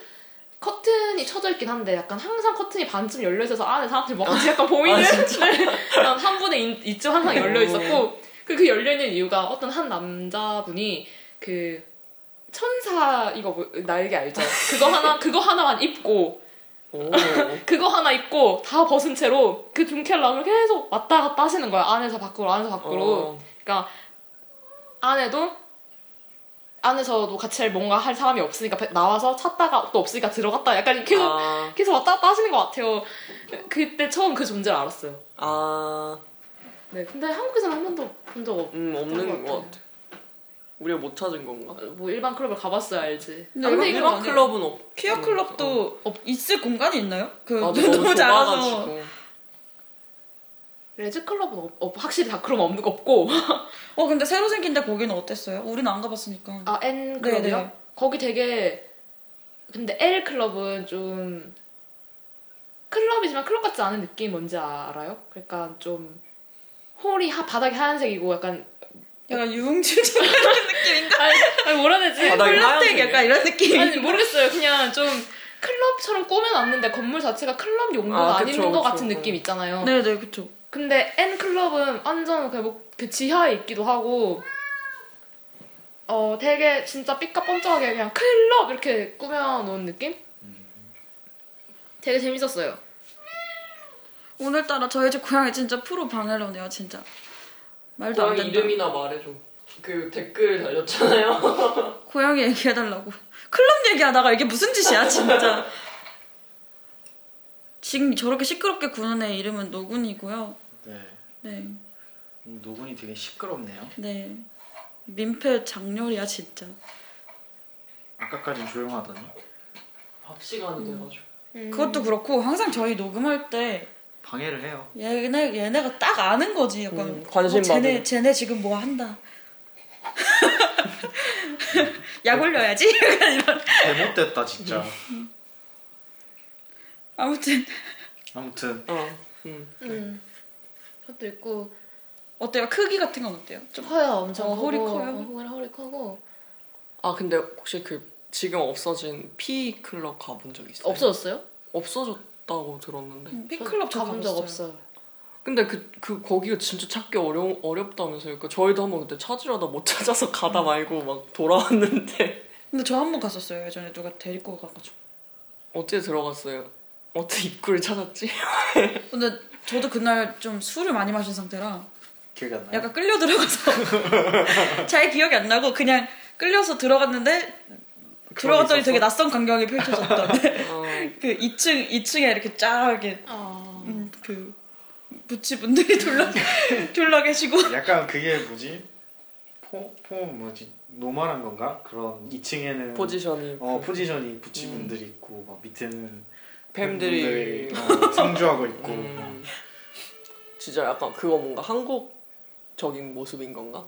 Speaker 4: 커튼이 쳐져 있긴 한데 약간 항상 커튼이 반쯤 열려 있어서 안에 사람들이 뭐 하는지 약간
Speaker 2: 아,
Speaker 4: 보이는 한 3분의 2, 쯤 항상 열려
Speaker 2: 네.
Speaker 4: 있었고 그, 그 열려 있는 이유가 어떤 한 남자분이 그 천사 이거 뭐, 날개 알죠? 그거 하나 그거 하나만 입고
Speaker 2: 오.
Speaker 4: 그거 하나 입고 다 벗은 채로 그 둔켈락을 계속 왔다 갔다 하시는 거야 안에서 밖으로 안에서 밖으로 그러니까
Speaker 2: 어.
Speaker 4: 안에도 안에서도 같이 할 뭔가 할 사람이 없으니까 배- 나와서 찾다가 또 없으니까 들어갔다 약간 계속
Speaker 2: 아,
Speaker 4: 계속 왔다 갔다 하시는 것 같아요 그때 처음 그 존재를 알았어요
Speaker 2: 아,
Speaker 4: 네 근데 한국에서는 한 번도 본 적
Speaker 2: 음 없는
Speaker 4: 없는
Speaker 2: 것 같아. 우리가 못 찾은 건가?
Speaker 4: 없고 뭐 일반 클럽을 가봤어야 알지
Speaker 1: 근데
Speaker 2: 아,
Speaker 1: 이거 이거
Speaker 2: 근데
Speaker 4: 네.
Speaker 2: 일반
Speaker 1: 아니야?
Speaker 2: 클럽은 없.
Speaker 1: 퀴어 클럽도 없- 있을 공간이 있나요? 그 너무
Speaker 2: 나도 아, 너무
Speaker 1: 작아서
Speaker 2: 좁아가지고.
Speaker 4: 레즈 클럽은 없, 없- 확실히 다크룸 없는 거 없고
Speaker 1: 어 근데 새로 생긴 데 거기는 어땠어요? 우리는 안 가봤으니까
Speaker 4: 아 N 클럽이요?
Speaker 1: 네네.
Speaker 4: 거기 되게 근데 L 클럽은 좀 클럽이지만 클럽 같지 않은 느낌이 뭔지 알아요? 그러니까 좀 홀이 하, 바닥이 하얀색이고 약간
Speaker 1: 약간 유흥주점 이런 느낌인가?
Speaker 4: 아니 뭐라 해야 되지?
Speaker 2: 바닥이
Speaker 1: 플라텍
Speaker 2: 하얀색이야?
Speaker 1: 약간 이런 느낌
Speaker 4: 아니 모르겠어요 그냥 좀 클럽처럼 꾸며놨는데 건물 자체가 클럽 용도가
Speaker 2: 아,
Speaker 4: 아,
Speaker 2: 그쵸,
Speaker 4: 닌 것
Speaker 2: 그쵸.
Speaker 4: 같은 느낌 있잖아요
Speaker 1: 네네 그쵸
Speaker 4: 근데 N 클럽은 완전 그, 뭐, 그 지하에 있기도 하고 어 되게 진짜 삐까뻔쩍하게 그냥 클럽 이렇게 꾸며놓은 느낌? 되게 재밌었어요.
Speaker 1: 오늘따라 저희 집 고양이 진짜 프로 방해러네요 진짜 말도 안
Speaker 2: 고양이
Speaker 1: 된다
Speaker 2: 이름이나 말해줘. 그 댓글 달렸잖아요.
Speaker 1: 고양이 얘기해달라고 클럽 얘기하다가 이게 무슨 짓이야 진짜 지금 저렇게 시끄럽게 구는 애 이름은 노군이고요
Speaker 3: 네.
Speaker 1: 네
Speaker 3: 음, 노군이 되게 시끄럽네요.
Speaker 1: 네. 민폐 장렬이야 진짜
Speaker 4: 음.
Speaker 3: 아까까진 조용하더니.
Speaker 2: 밥 시간이 돼가지고.
Speaker 4: 음,
Speaker 1: 그것도 그렇고 항상 저희 녹음할 때
Speaker 3: 방해를 해요.
Speaker 1: 얘네 얘네가 딱 아는 거지 약간
Speaker 2: 음, 관심
Speaker 1: 어, 쟤네
Speaker 2: 받은.
Speaker 1: 쟤네 지금 뭐 한다 약 올려야지 약간 이런
Speaker 3: 잘못됐다 진짜.
Speaker 1: 음. 아무튼
Speaker 3: 아무튼
Speaker 2: 어. 음.
Speaker 4: 음. 그것도 있고
Speaker 1: 어때요 크기 같은 건 어때요 좀
Speaker 4: 커요 엄청
Speaker 1: 어,
Speaker 4: 크고
Speaker 1: 허리 커요?
Speaker 4: 어, 허리, 허리 크고
Speaker 2: 아 근데 혹시 그 지금 없어진 P 클럽 가본 적 있어요?
Speaker 4: 없어졌어요?
Speaker 2: 없어졌다고 들었는데.
Speaker 1: 핑클럽
Speaker 4: 저 가본 적 없어요.
Speaker 2: 근데 그, 그 거기가 진짜 찾기 어려, 어렵다면서요. 그러니까 저희도 한번 그때 찾으려다 못 찾아서 가다 말고 막 돌아왔는데
Speaker 1: 근데 저 한 번 갔었어요 예전에 누가 데리고 가가지고
Speaker 2: 어떻게 들어갔어요? 어떻게 입구를 찾았지?
Speaker 1: 근데 저도 그날 좀 술을 많이 마신 상태라
Speaker 3: 기억이 안 나요.
Speaker 1: 약간 끌려 들어가서 잘 기억이 안 나고 그냥 끌려서 들어갔는데 들어갔더니 되게 낯선 광경이 펼쳐졌던
Speaker 2: 어,
Speaker 1: 그 2층 2층에 이렇게 쫙 이렇게
Speaker 4: 아
Speaker 1: 음, 그 부치분들이 둘러 둘러 계시고
Speaker 3: 약간 그게 뭐지? 포, 포 뭐지? 노멀한 건가? 그런 2층에는
Speaker 2: 포지션이
Speaker 3: 어 포지션이 부치분들이 있고 막 밑에는 팬분들이,
Speaker 2: 팬들이
Speaker 3: 어, 성주하고 있고
Speaker 2: 음, 진짜 약간 그거 뭔가 한국적인 모습인 건가?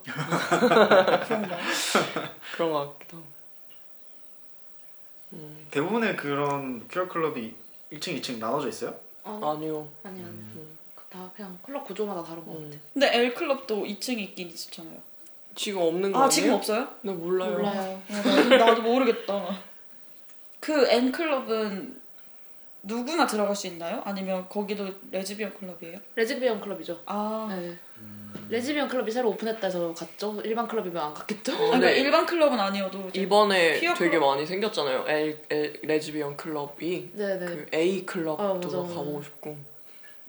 Speaker 2: 그런 것 같기도 하고
Speaker 3: 어. 대부분의 그런 큐어 클럽이 1층, 2층 나눠져 있어요?
Speaker 4: 아,
Speaker 2: 아니요
Speaker 4: 아니 아니 다 그냥 클럽 구조마다 다른 거 같아.
Speaker 2: 음.
Speaker 1: 근데 L 클럽도 2층 있긴 있었잖아요.
Speaker 2: 지금 없는 거
Speaker 1: 아
Speaker 2: 아니에요?
Speaker 1: 지금 없어요?
Speaker 2: 나 몰라요,
Speaker 4: 몰라요.
Speaker 1: 어, 나도, 나도 모르겠다. 그 N 클럽은 누구나 들어갈 수 있나요? 아니면 거기도 레즈비언 클럽이에요?
Speaker 4: 레즈비언 클럽이죠.
Speaker 1: 아,
Speaker 4: 네. 레즈비언 클럽이 새로 오픈했다 해서 갔죠. 일반 클럽이면 안 갔겠죠.
Speaker 1: 아, 그러니까
Speaker 2: 네.
Speaker 1: 일반 클럽은 아니어도 이제
Speaker 2: 이번에
Speaker 1: 퀴어
Speaker 2: 되게
Speaker 1: 클럽?
Speaker 2: 많이 생겼잖아요 L, L, 레즈비언 클럽이
Speaker 4: 네네.
Speaker 2: 그 A 클럽도
Speaker 4: 아, 맞아.
Speaker 2: 가보고 싶고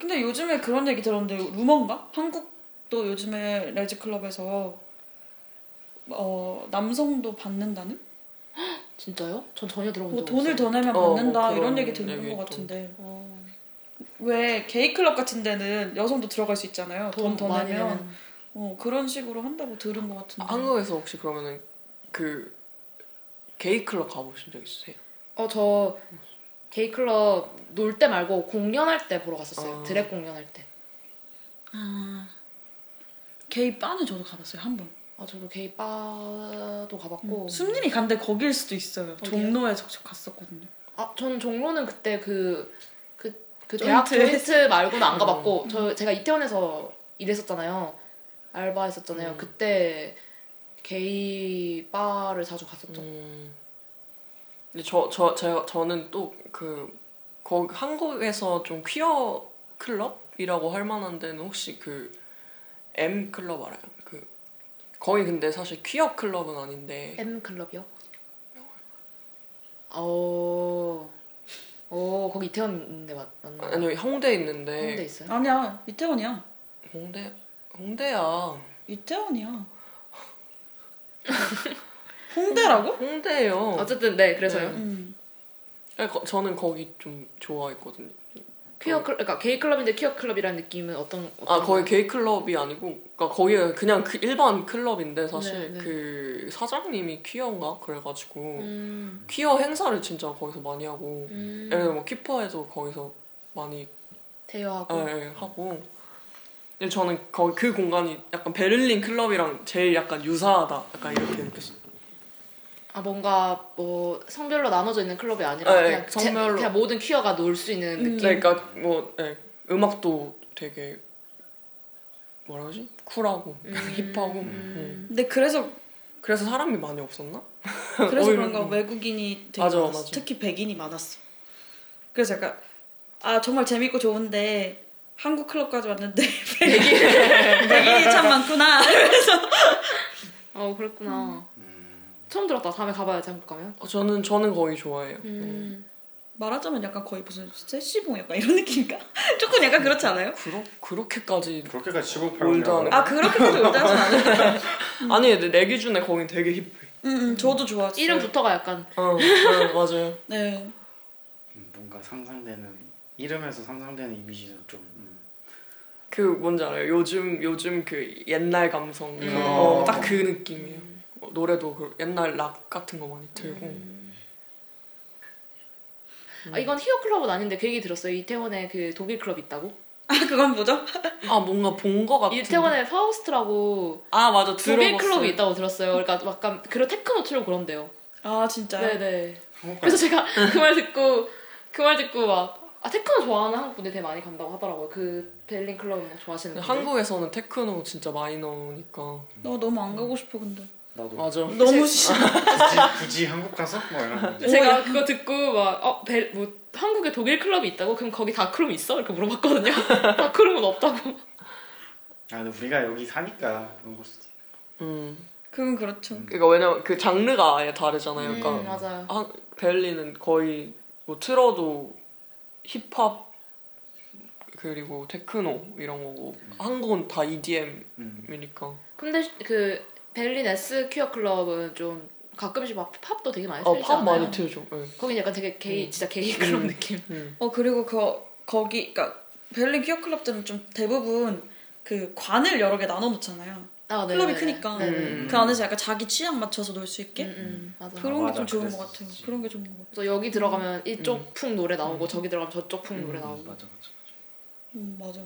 Speaker 1: 근데 요즘에 그런 얘기 들었는데 루머인가? 한국도 요즘에 레즈 클럽에서 어 남성도 받는다는?
Speaker 4: 진짜요? 전 전혀 들어본
Speaker 1: 뭐
Speaker 4: 적
Speaker 1: 돈을
Speaker 4: 없어요.
Speaker 1: 더 내면
Speaker 2: 어,
Speaker 1: 받는다
Speaker 2: 뭐
Speaker 1: 이런
Speaker 2: 그런
Speaker 1: 얘기 듣는
Speaker 2: 얘기
Speaker 1: 것
Speaker 2: 또.
Speaker 1: 같은데
Speaker 4: 어,
Speaker 1: 왜 게이 클럽 같은 데는 여성도 들어갈 수 있잖아요. 돈 더
Speaker 4: 많이
Speaker 1: 내면
Speaker 4: 내면.
Speaker 1: 어, 그런 식으로 한다고 들은 것 같은데.
Speaker 2: 한국에서 혹시 그러면은 그 게이 클럽 가보신 적 있으세요?
Speaker 4: 어저 게이 클럽 놀 때 말고 공연할 때 보러 갔었어요.
Speaker 2: 어.
Speaker 4: 드랙 공연할 때.
Speaker 1: 아, 게이 바는 저도 가봤어요 한 번.
Speaker 4: 아 저도 게이 바도 가봤고.
Speaker 1: 숨님이 간데 거기일 수도 어. 있어요.
Speaker 4: 어디요?
Speaker 1: 종로에 적적 갔었거든요.
Speaker 4: 아전 종로는 그때 그 그, 그 대학
Speaker 1: 조인트.
Speaker 4: 조인트 음. 말고는 안 가봤고 저 제가 이태원에서 일했었잖아요. 알바했었잖아요.
Speaker 2: 음.
Speaker 4: 그때 게이 바를 자주 갔었죠.
Speaker 2: 음. 근데 저, 저, 제가, 저는 또 그, 거, 한국에서 좀 퀴어 클럽이라고 할 만한 데는 혹시 그, M 클럽 알아요? 그, 거기 근데 사실 퀴어 클럽은 아닌데,
Speaker 4: M 클럽이요? 어, 어 거기 이태원인데 맞, 맞나?
Speaker 2: 아니, 홍대에 있는데,
Speaker 4: 홍대 있어요?
Speaker 1: 아니야 이태원이야
Speaker 2: 홍대, 홍대야.
Speaker 1: 이태원이야 홍대라고?
Speaker 2: 홍대예요.
Speaker 4: 어쨌든 네 그래서요.
Speaker 1: 음.
Speaker 2: 아니, 거- 저는 거기 좀 좋아했거든요.
Speaker 4: 퀴어 클럽, 그러니까 게이 클럽인데 퀴어 클럽이라는 느낌은 어떤?
Speaker 2: 아
Speaker 4: 어떤
Speaker 2: 거기 게이 클럽이 아니고, 그러니까 거기가 그냥 그 일반 클럽인데 사실
Speaker 4: 네, 네.
Speaker 2: 그 사장님이 퀴어인가 그래가지고
Speaker 4: 음,
Speaker 2: 퀴어 행사를 진짜 거기서 많이 하고,
Speaker 4: 음,
Speaker 2: 예를 들어 뭐 키퍼에서 거기서 많이
Speaker 4: 대여하고
Speaker 2: 예, 예, 하고. 근데 저는 거기 그 공간이 약간 베를린 클럽이랑 제일 약간 유사하다, 약간 이렇게 느꼈어요.
Speaker 4: 아 뭔가 뭐 성별로 나눠져 있는 클럽이 아니라
Speaker 2: 네,
Speaker 4: 그냥 제-
Speaker 2: 성별로.
Speaker 4: 그냥 모든 퀴어가 놀 수 있는
Speaker 1: 음.
Speaker 4: 느낌.
Speaker 2: 네, 그러니까 뭐 예, 음악도 되게 뭐라 그러지? 쿨하고 힙하고. 음.
Speaker 1: 근데 그래서
Speaker 2: 그래서 사람이 많이 없었나?
Speaker 1: 그래서
Speaker 2: 오히려,
Speaker 1: 그런가
Speaker 2: 음.
Speaker 1: 외국인이 되게
Speaker 2: 맞아,
Speaker 1: 많았어.
Speaker 2: 맞아.
Speaker 1: 특히 백인이 많았어. 그래서 약간 아 정말 재밌고 좋은데 한국 클럽까지 왔는데 백인 백인이 참 많구나.
Speaker 4: 어 그랬구나. 처음 들었다. 다음에 가봐야지 한국 가면.
Speaker 2: 어, 저는 저는 거기 좋아해요. 음.
Speaker 4: 음.
Speaker 1: 말하자면 약간 거의 무슨 세시봉 약간 이런 느낌인가? 조금 약간 그렇지 않아요?
Speaker 2: 그러, 그렇게까지
Speaker 3: 그렇게까지
Speaker 2: 올드하네.
Speaker 3: 시골팔고
Speaker 1: 아 그렇게까지 올드하진 않아요.
Speaker 2: 아니 근데 내 기준에 거긴 되게 힙해.
Speaker 1: 음, 음 저도 좋았어요.
Speaker 4: 이름부터가 약간
Speaker 2: 어, 네, 맞아요.
Speaker 1: 네.
Speaker 3: 뭐 음, 뭔가 상상되는 이름에서 상상되는 이미지는 좀 음.
Speaker 2: 그 뭔지 알아요? 요즘 요즘 그 옛날 감성
Speaker 4: 음.
Speaker 2: 어, 딱 그 느낌이에요. 어, 노래도 그 옛날 락 같은 거 많이 들고 네.
Speaker 4: 아 이건 히어 클럽은 아닌데 그 얘기 들었어요. 이태원에 그 독일 클럽 있다고.
Speaker 1: 아 그건 뭐죠?
Speaker 2: 아 뭔가 본 거 같은.
Speaker 4: 이태원에 파우스트라고
Speaker 2: 아 맞아
Speaker 4: 독일
Speaker 2: 들어봤어.
Speaker 4: 클럽이 있다고 들었어요. 그러니까 약간 그런 테크노 틀고 그런데요.
Speaker 1: 아 진짜요?
Speaker 4: 네네.
Speaker 3: 한국
Speaker 4: 그래서 제가 그 말 듣고 그 말 듣고 막 아, 테크노 좋아하는 한국 분들 되게 많이 간다고 하더라고요. 그 베를린 클럽 좋아하시는
Speaker 2: 근데
Speaker 4: 분들.
Speaker 2: 네, 한국에서는 테크노 진짜 많이 넣으니까
Speaker 1: 너 너무 안 가고 싶어 근데.
Speaker 3: 나도
Speaker 2: 맞아.
Speaker 1: 너무 싫어.
Speaker 3: 굳이, 굳이 한국 가서 뭐 이런 거
Speaker 4: 제가 그거 듣고 막어뭐 한국에 독일 클럽이 있다고 그럼 거기 다크룸 있어? 이렇게 물어봤거든요. 다크룸은 없다고.
Speaker 3: 아 근데 우리가 여기 사니까 그런 걸 수도 있고
Speaker 2: 음.
Speaker 1: 그건 그렇죠.
Speaker 2: 그러니까 왜냐면 그 장르가 아예 다르잖아요. 그러니까
Speaker 4: 음, 맞아요.
Speaker 2: 한 베를린은 거의 뭐 틀어도 힙합 그리고 테크노 이런 거고 한국은 다 E EDM이니까
Speaker 3: 음.
Speaker 4: 근데 그 베를린 S 퀴어 클럽은 좀 가끔씩 막 팝도 되게 많이 틀잖아요.
Speaker 2: 어팝 많이 틀죠. 예.
Speaker 4: 거긴 약간 되게 게이 진짜 게이 그런 느낌.
Speaker 2: 음.
Speaker 1: 어 그리고 그 거기 그러니까 베를린 퀴어 클럽들은 좀 대부분 그 관을 여러 개 나눠 놓잖아요.
Speaker 4: 아,
Speaker 1: 클럽이 크니까.
Speaker 4: 네네.
Speaker 2: 음.
Speaker 1: 그 안에서 약간 자기 취향 맞춰서 놀 수 있게
Speaker 4: 음, 음, 맞아.
Speaker 1: 그런 게
Speaker 3: 맞아,
Speaker 1: 좀 좋은 것
Speaker 3: 그랬었지.
Speaker 1: 같아요. 그런 게 좋은 것 같아요.
Speaker 4: 그래서 여기
Speaker 2: 음.
Speaker 4: 들어가면 이쪽 풍 노래 나오고 저기 들어가면 저쪽 풍 노래
Speaker 3: 맞아
Speaker 4: 나오고.
Speaker 3: 맞아 맞아
Speaker 1: 음 맞아.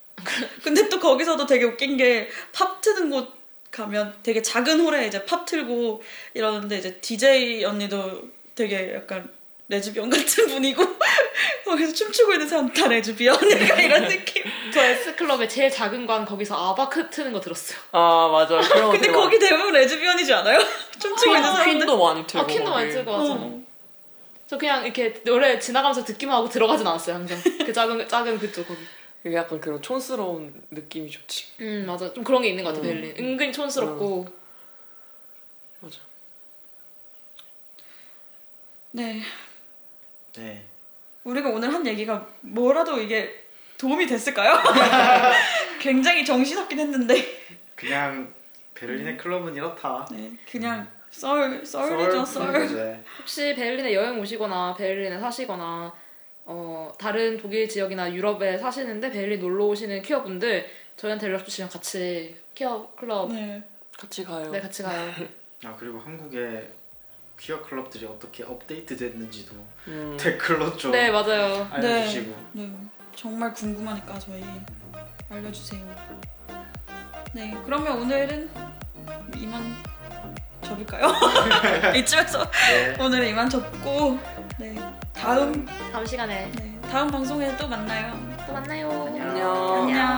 Speaker 1: 근데 또 거기서도 되게 웃긴 게 팝 트는 곳 가면 되게 작은 홀에 이제 팝 틀고 이러는데 이제 DJ 언니도 되게 약간 레즈비언 같은 분이고 거기서 춤추고 있는 사람 다 레즈비언이가 이런 느낌.
Speaker 4: 저 S 클럽의 제일 작은 관 거기서 아바크 트는 거 들었어요.
Speaker 2: 아 맞아. 그런
Speaker 1: 근데 거기 대부분 레즈비언이지 않아요?
Speaker 2: 어,
Speaker 1: 춤추고 있는 사람들.
Speaker 2: 퀸도 많이 틀고
Speaker 4: 아 퀸도 많이
Speaker 2: 거기.
Speaker 4: 틀고 맞아.
Speaker 1: 어.
Speaker 4: 저 그냥 이렇게 노래 지나가면서 듣기만 하고 들어가진 않았어요 항상. 그 작은 작은 그쪽 거기.
Speaker 2: 이게 약간 그런 촌스러운 느낌이 좋지.
Speaker 4: 음 맞아. 좀 그런 게 있는 것 같아 베를린. 은근히
Speaker 2: 음.
Speaker 4: 촌스럽고.
Speaker 2: 맞아.
Speaker 1: 네.
Speaker 3: 네
Speaker 1: 우리가 오늘 한 얘기가 뭐라도 이게 도움이 됐을까요? 굉장히 정신없긴 했는데
Speaker 3: 그냥 베를린의 클럽은 이렇다
Speaker 1: 네, 그냥 썰 썰이죠 썰.
Speaker 3: 썰.
Speaker 4: 혹시 베를린에 여행 오시거나 베를린에 사시거나 어, 다른 독일 지역이나 유럽에 사시는데 베를린 놀러 오시는 퀴어분들 저희한테 연락 주시면 같이 퀴어 클럽
Speaker 1: 네.
Speaker 2: 같이 가요.
Speaker 4: 네 같이 가요.
Speaker 3: 아 그리고 한국의 퀴어 클럽들이 어떻게 업데이트 됐는지도
Speaker 2: 음.
Speaker 3: 댓글로 좀
Speaker 4: 네 맞아요.
Speaker 3: 알려주시고
Speaker 1: 네, 정말 궁금하니까 저희 알려주세요. 네, 그러면 오늘은 이만 접을까요? 이쯤에서
Speaker 3: 네.
Speaker 1: 오늘은 이만 접고 네 다음
Speaker 4: 다음 시간에
Speaker 1: 네, 다음 방송에 또 만나요.
Speaker 4: 또 만나요.
Speaker 3: 안녕.
Speaker 2: 안녕.
Speaker 4: 어.
Speaker 1: 안녕.